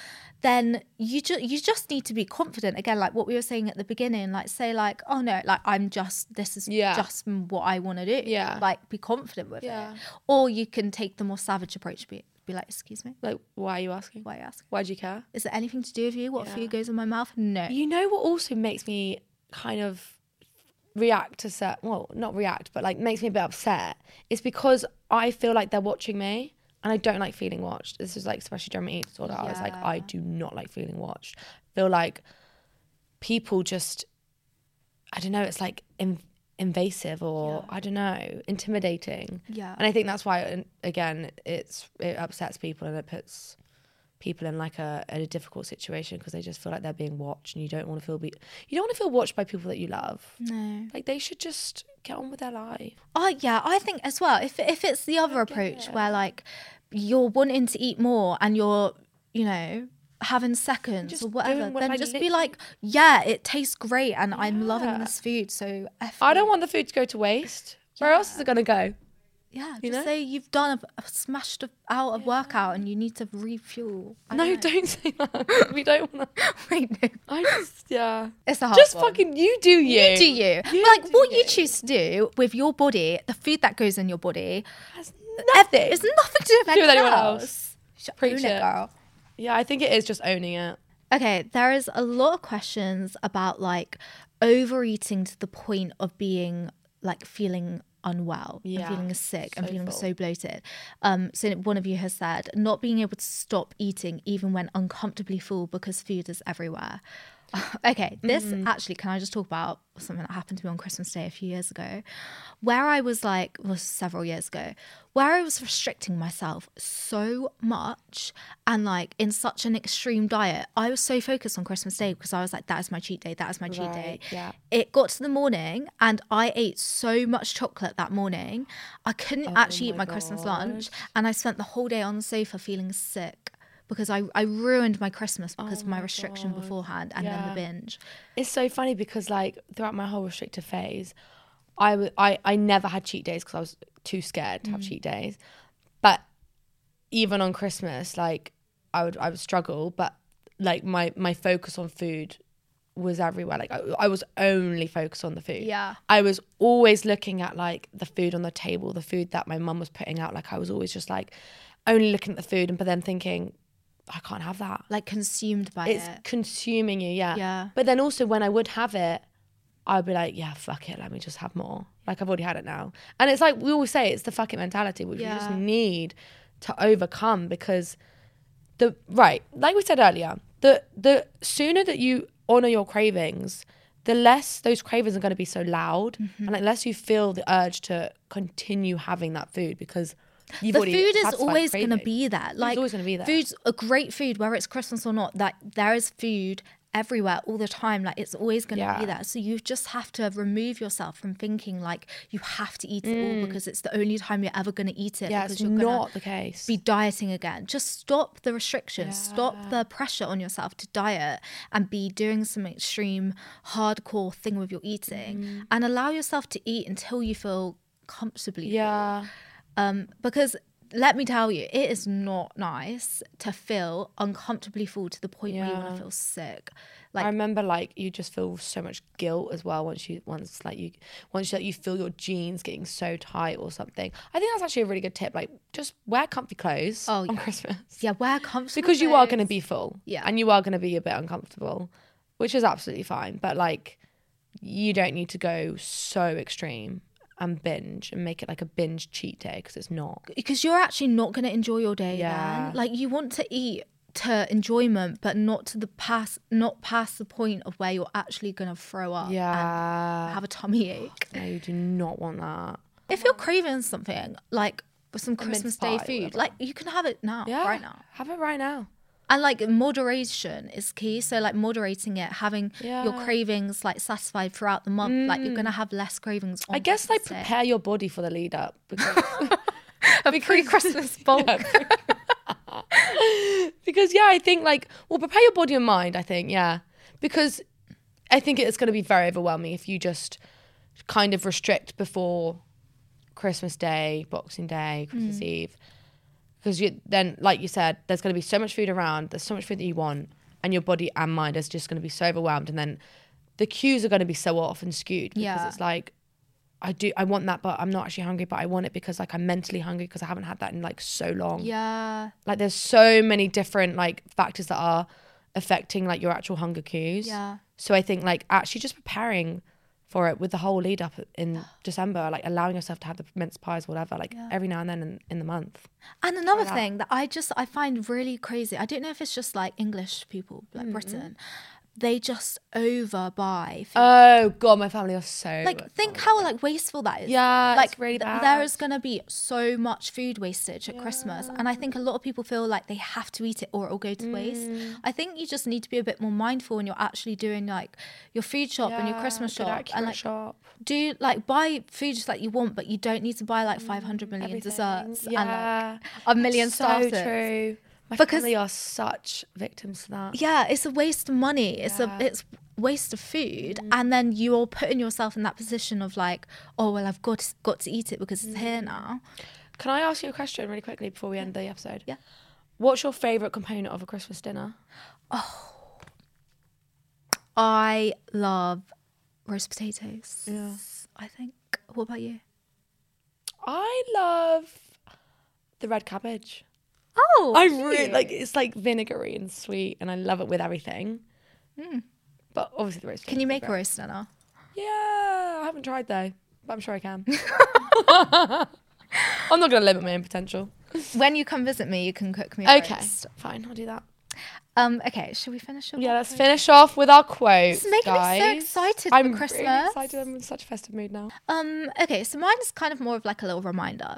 Speaker 4: then you just you just need to be confident again, like what we were saying at the beginning, like say like, oh no, like I'm just this is
Speaker 3: Yeah.
Speaker 4: just what I want to do.
Speaker 3: Yeah.
Speaker 4: Like be confident with
Speaker 3: Yeah.
Speaker 4: it. Or you can take the more savage approach, be, be like, excuse me,
Speaker 3: Like, why are you asking?
Speaker 4: why are you asking?
Speaker 3: Why do you care?
Speaker 4: Is there anything to do with you? What
Speaker 3: Yeah.
Speaker 4: food goes in my mouth? No.
Speaker 3: You know what also makes me kind of react to set well, not react, but like makes me a bit upset is because I feel like they're watching me and I don't like feeling watched. This is like especially during my eating disorder. I was like, I do not like feeling watched. I feel like people just I don't know, it's like in, invasive or I don't know, intimidating.
Speaker 4: Yeah.
Speaker 3: And I think that's why and again, it's it upsets people and it puts people in like a in a difficult situation because they just feel like they're being watched and you don't want to feel be you don't want to feel watched by people that you love.
Speaker 4: No.
Speaker 3: Like they should just get on with their life.
Speaker 4: Oh yeah, I think as well. If if it's the other approach where like you're wanting to eat more and you're, you know, having seconds
Speaker 3: Just
Speaker 4: or whatever,
Speaker 3: doing what
Speaker 4: then
Speaker 3: I
Speaker 4: just be
Speaker 3: literally-
Speaker 4: like, yeah, it tastes great and I'm loving
Speaker 3: Yeah.
Speaker 4: this food. So F
Speaker 3: I
Speaker 4: you.
Speaker 3: don't want the food to go to waste. Where else is it gonna go?
Speaker 4: yeah, just
Speaker 3: you know?
Speaker 4: say you've done a, a smashed out a workout and you need to refuel. I
Speaker 3: no,
Speaker 4: don't know.
Speaker 3: don't say that. we don't want to.
Speaker 4: Wait, no.
Speaker 3: I just yeah.
Speaker 4: It's a hard
Speaker 3: Just
Speaker 4: one.
Speaker 3: fucking you do you.
Speaker 4: You do you. But, like what you choose to do with your body, the food that goes in your body,
Speaker 3: Has
Speaker 4: ev- It's nothing to do with,
Speaker 3: do with anyone
Speaker 4: else.
Speaker 3: else.
Speaker 4: Shut-
Speaker 3: Preach
Speaker 4: own it,
Speaker 3: it.
Speaker 4: girl.
Speaker 3: Yeah, I think it is just owning it.
Speaker 4: Okay, there is a lot of questions about like overeating to the point of being like feeling unwell and
Speaker 3: Yeah,
Speaker 4: feeling sick and
Speaker 3: so
Speaker 4: feeling
Speaker 3: full.
Speaker 4: so bloated. Um, so one of you has said not being able to stop eating even when uncomfortably full because food is everywhere. okay, this actually can I just talk about something that happened to me on Christmas Day a few years ago, where I was like was several years ago, where I was restricting myself so much and like in such an extreme diet. I was so focused on Christmas Day because I was like, that is my cheat day, that is my cheat day.
Speaker 3: Yeah.
Speaker 4: It got to the morning and I ate so much chocolate that morning. I couldn't actually eat my Christmas lunch and I spent the whole day on the sofa feeling sick because I, I ruined my Christmas because of my, restriction beforehand and then the
Speaker 3: Oh Yeah.
Speaker 4: binge.
Speaker 3: It's so funny because like throughout my whole restrictive phase, I w- I, I never had cheat days because I was too scared to have cheat days. But even on Christmas, like I would I would struggle, but like my my focus on food was everywhere. Like I, I was only focused on the food.
Speaker 4: Yeah.
Speaker 3: I was always looking at like the food on the table, the food that my mum was putting out. Like I was always just like only looking at the food and but then thinking I can't have that
Speaker 4: Like consumed by
Speaker 3: it's
Speaker 4: it.
Speaker 3: consuming you yeah
Speaker 4: Yeah.
Speaker 3: but then also when i would have it i'd be like yeah fuck it let me just have more like i've already had it now and it's like we always say it's the fucking mentality which we just
Speaker 4: Yeah.
Speaker 3: need to overcome because the right like we said earlier the the sooner that you honor your cravings the less those cravings are going to be so loud
Speaker 4: Mm-hmm.
Speaker 3: and like less you feel the urge to continue having that food because you've
Speaker 4: the
Speaker 3: already
Speaker 4: food is
Speaker 3: satisfied the
Speaker 4: always going to
Speaker 3: craving.
Speaker 4: be there. Like
Speaker 3: always gonna be there.
Speaker 4: Food's a great food, whether it's Christmas or not. Like there is food everywhere all the time. Like it's always going to be
Speaker 3: Yeah.
Speaker 4: there. So you just have to remove yourself from thinking like you have to eat it all because it's the only time you're ever going to eat it.
Speaker 3: Mm. yeah
Speaker 4: because
Speaker 3: it's
Speaker 4: you're gonna
Speaker 3: not the case
Speaker 4: Be dieting again. Just stop the restrictions. Stop the pressure on yourself to diet and be doing some extreme hardcore thing with your eating
Speaker 3: Mm.
Speaker 4: and allow yourself to eat until you feel comfortably full.
Speaker 3: yeah
Speaker 4: Um, because let me tell you, it is not nice to feel uncomfortably full to the point where you want
Speaker 3: Yeah.
Speaker 4: to feel sick. Like,
Speaker 3: I remember like you just feel so much guilt as well once you once like you once like you feel your jeans getting so tight or something. I think that's actually a really good tip. Like just wear comfy clothes
Speaker 4: Oh,
Speaker 3: on
Speaker 4: yeah.
Speaker 3: Christmas
Speaker 4: yeah, wear comfortable
Speaker 3: because you are
Speaker 4: clothes.
Speaker 3: going to be full,
Speaker 4: Yeah.
Speaker 3: and you are going to be a bit uncomfortable, which is absolutely fine. But like you don't need to go so extreme and binge and make it like a binge cheat day because it's not.
Speaker 4: because you're actually not going to enjoy your day.
Speaker 3: Yeah.
Speaker 4: Then. Like you want to eat to enjoyment, but not to the past, not past the point of where you're actually gonna throw up.
Speaker 3: Yeah.
Speaker 4: and have a tummy ache.
Speaker 3: No, you do not want that.
Speaker 4: If you're craving something like with some
Speaker 3: A mince
Speaker 4: Christmas Day
Speaker 3: pie or
Speaker 4: food,
Speaker 3: whatever.
Speaker 4: like you can have it now,
Speaker 3: Yeah,
Speaker 4: right now.
Speaker 3: Have it right now.
Speaker 4: And like moderation is key. So like moderating it, having your
Speaker 3: Yeah.
Speaker 4: cravings like satisfied throughout the month. Like you're
Speaker 3: Mm.
Speaker 4: gonna have less cravings. On
Speaker 3: I guess like
Speaker 4: Christmas Day.
Speaker 3: prepare your body for the lead up because
Speaker 4: a pre-Christmas bulk.
Speaker 3: because yeah, I think like well prepare your body and mind. I think yeah because I think it's going to be very overwhelming if you just kind of restrict before Christmas Day, Boxing Day, Christmas
Speaker 4: Mm.
Speaker 3: Eve because you then like you said there's going to be so much food around. There's so much food that you want, and your body and mind is just going to be so overwhelmed, and then the cues are going to be so off and skewed because
Speaker 4: Yeah.
Speaker 3: it's like I do I want that, but I'm not actually hungry, but I want it because like I'm mentally hungry because I haven't had that in like so long.
Speaker 4: Yeah.
Speaker 3: Like there's so many different like factors that are affecting like your actual hunger cues.
Speaker 4: Yeah.
Speaker 3: So I think like actually just preparing for it with the whole lead up in December, like allowing yourself to have the mince pies, whatever, like
Speaker 4: Yeah.
Speaker 3: every now and then in, in the month.
Speaker 4: And another
Speaker 3: Try that.
Speaker 4: thing that I just I find really crazy. I don't know if it's just like English people, like
Speaker 3: Mm-hmm.
Speaker 4: Britain. They just overbuy. food.
Speaker 3: Oh god, my family are so
Speaker 4: like think how like wasteful that is.
Speaker 3: Yeah,
Speaker 4: like
Speaker 3: it's really
Speaker 4: th-
Speaker 3: bad.
Speaker 4: there is gonna be so much food wastage at Christmas, and I think a lot of people feel like they have to eat it or it'll go to waste.
Speaker 3: Mm.
Speaker 4: I think you just need to be a bit more mindful when you're actually doing like your food shop and your
Speaker 3: Yeah,
Speaker 4: Christmas
Speaker 3: good
Speaker 4: shop, and
Speaker 3: accurate
Speaker 4: like
Speaker 3: shop.
Speaker 4: do like buy food just like you want, but you don't need to buy like 500 million
Speaker 3: Mm,
Speaker 4: desserts and like a million
Speaker 3: so
Speaker 4: starters.
Speaker 3: true. My
Speaker 4: Because-
Speaker 3: family are such victims to that.
Speaker 4: Yeah, it's a waste of money. It's a
Speaker 3: Yeah. Mm.
Speaker 4: it's waste of food, and then you're putting yourself in that position of like, oh well, I've got to, got to eat it because it's
Speaker 3: Mm.
Speaker 4: here now.
Speaker 3: Can I ask you a question really quickly before we end the episode?
Speaker 4: Yeah.
Speaker 3: What's your favourite component of a Christmas dinner?
Speaker 4: I love roast potatoes.
Speaker 3: Yeah.
Speaker 4: I think. What about you?
Speaker 3: I love the red cabbage.
Speaker 4: Oh,
Speaker 3: I really like it's like vinegary and sweet, and I love it with everything.
Speaker 4: Mm.
Speaker 3: But obviously the roast.
Speaker 4: Can you make a roast dinner?
Speaker 3: Yeah, I haven't tried though, but I'm sure I can. I'm not gonna limit my own potential.
Speaker 4: when you come visit me, you can cook me. A
Speaker 3: Okay,
Speaker 4: roast.
Speaker 3: fine, I'll do that.
Speaker 4: Um. Okay. Should we finish?
Speaker 3: Yeah, let's finish off with our quote.
Speaker 4: This is making
Speaker 3: guys.
Speaker 4: me so excited
Speaker 3: I'm
Speaker 4: for Christmas.
Speaker 3: Really excited. I'm in such a festive mood now.
Speaker 4: Um, okay, so mine is kind of more of like a little reminder.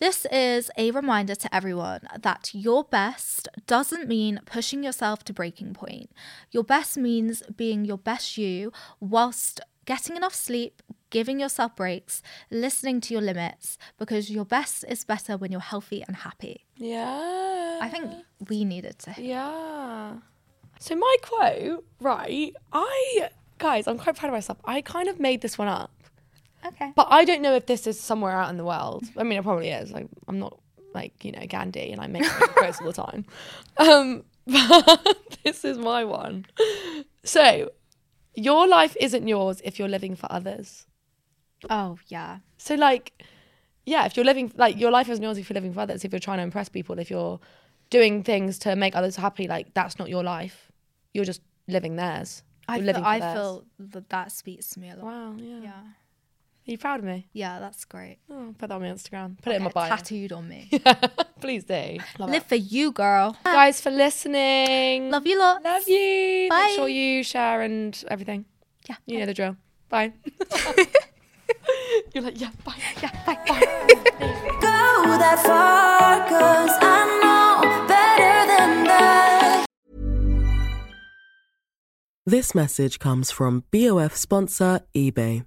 Speaker 4: This is a reminder to everyone that your best doesn't mean pushing yourself to breaking point. Your best means being your best you whilst getting enough sleep, giving yourself breaks, listening to your limits, because your best is better when you're healthy and happy.
Speaker 3: Yeah.
Speaker 4: I think we needed to.
Speaker 3: Yeah. So my quote, right? I guys, I'm quite proud of myself. I kind of made this one up.
Speaker 4: Okay.
Speaker 3: But I don't know if this is somewhere out in the world. I mean, it probably is. Like, I'm not like you know Gandhi, and I make up quotes all the time. Um, but this is my one. So, your life isn't yours if you're living for others.
Speaker 4: Oh, yeah.
Speaker 3: So like, yeah, if you're living like your life isn't yours if you're living for others, if you're trying to impress people, if you're doing things to make others happy, like that's not your life. You're just living theirs.
Speaker 4: I
Speaker 3: You're
Speaker 4: feel,
Speaker 3: living for
Speaker 4: I
Speaker 3: theirs.
Speaker 4: feel that that speaks to me a lot.
Speaker 3: Wow, yeah.
Speaker 4: Yeah.
Speaker 3: Are you proud of me?
Speaker 4: Yeah, that's great.
Speaker 3: Oh, put that on my Instagram. Put
Speaker 4: I'll
Speaker 3: it in my
Speaker 4: get
Speaker 3: bio.
Speaker 4: Tattooed on me.
Speaker 3: Please do. Love
Speaker 4: Live
Speaker 3: it.
Speaker 4: for you, girl.
Speaker 3: Guys, for listening.
Speaker 4: Love you lot.
Speaker 3: Love you.
Speaker 4: Bye.
Speaker 3: Make sure you share and everything.
Speaker 4: Yeah.
Speaker 3: You know the drill. Bye. You're like, yeah, bye.
Speaker 4: Yeah,
Speaker 7: go that far, 'cause I know better than that.
Speaker 8: This message comes from BOF sponsor eBay.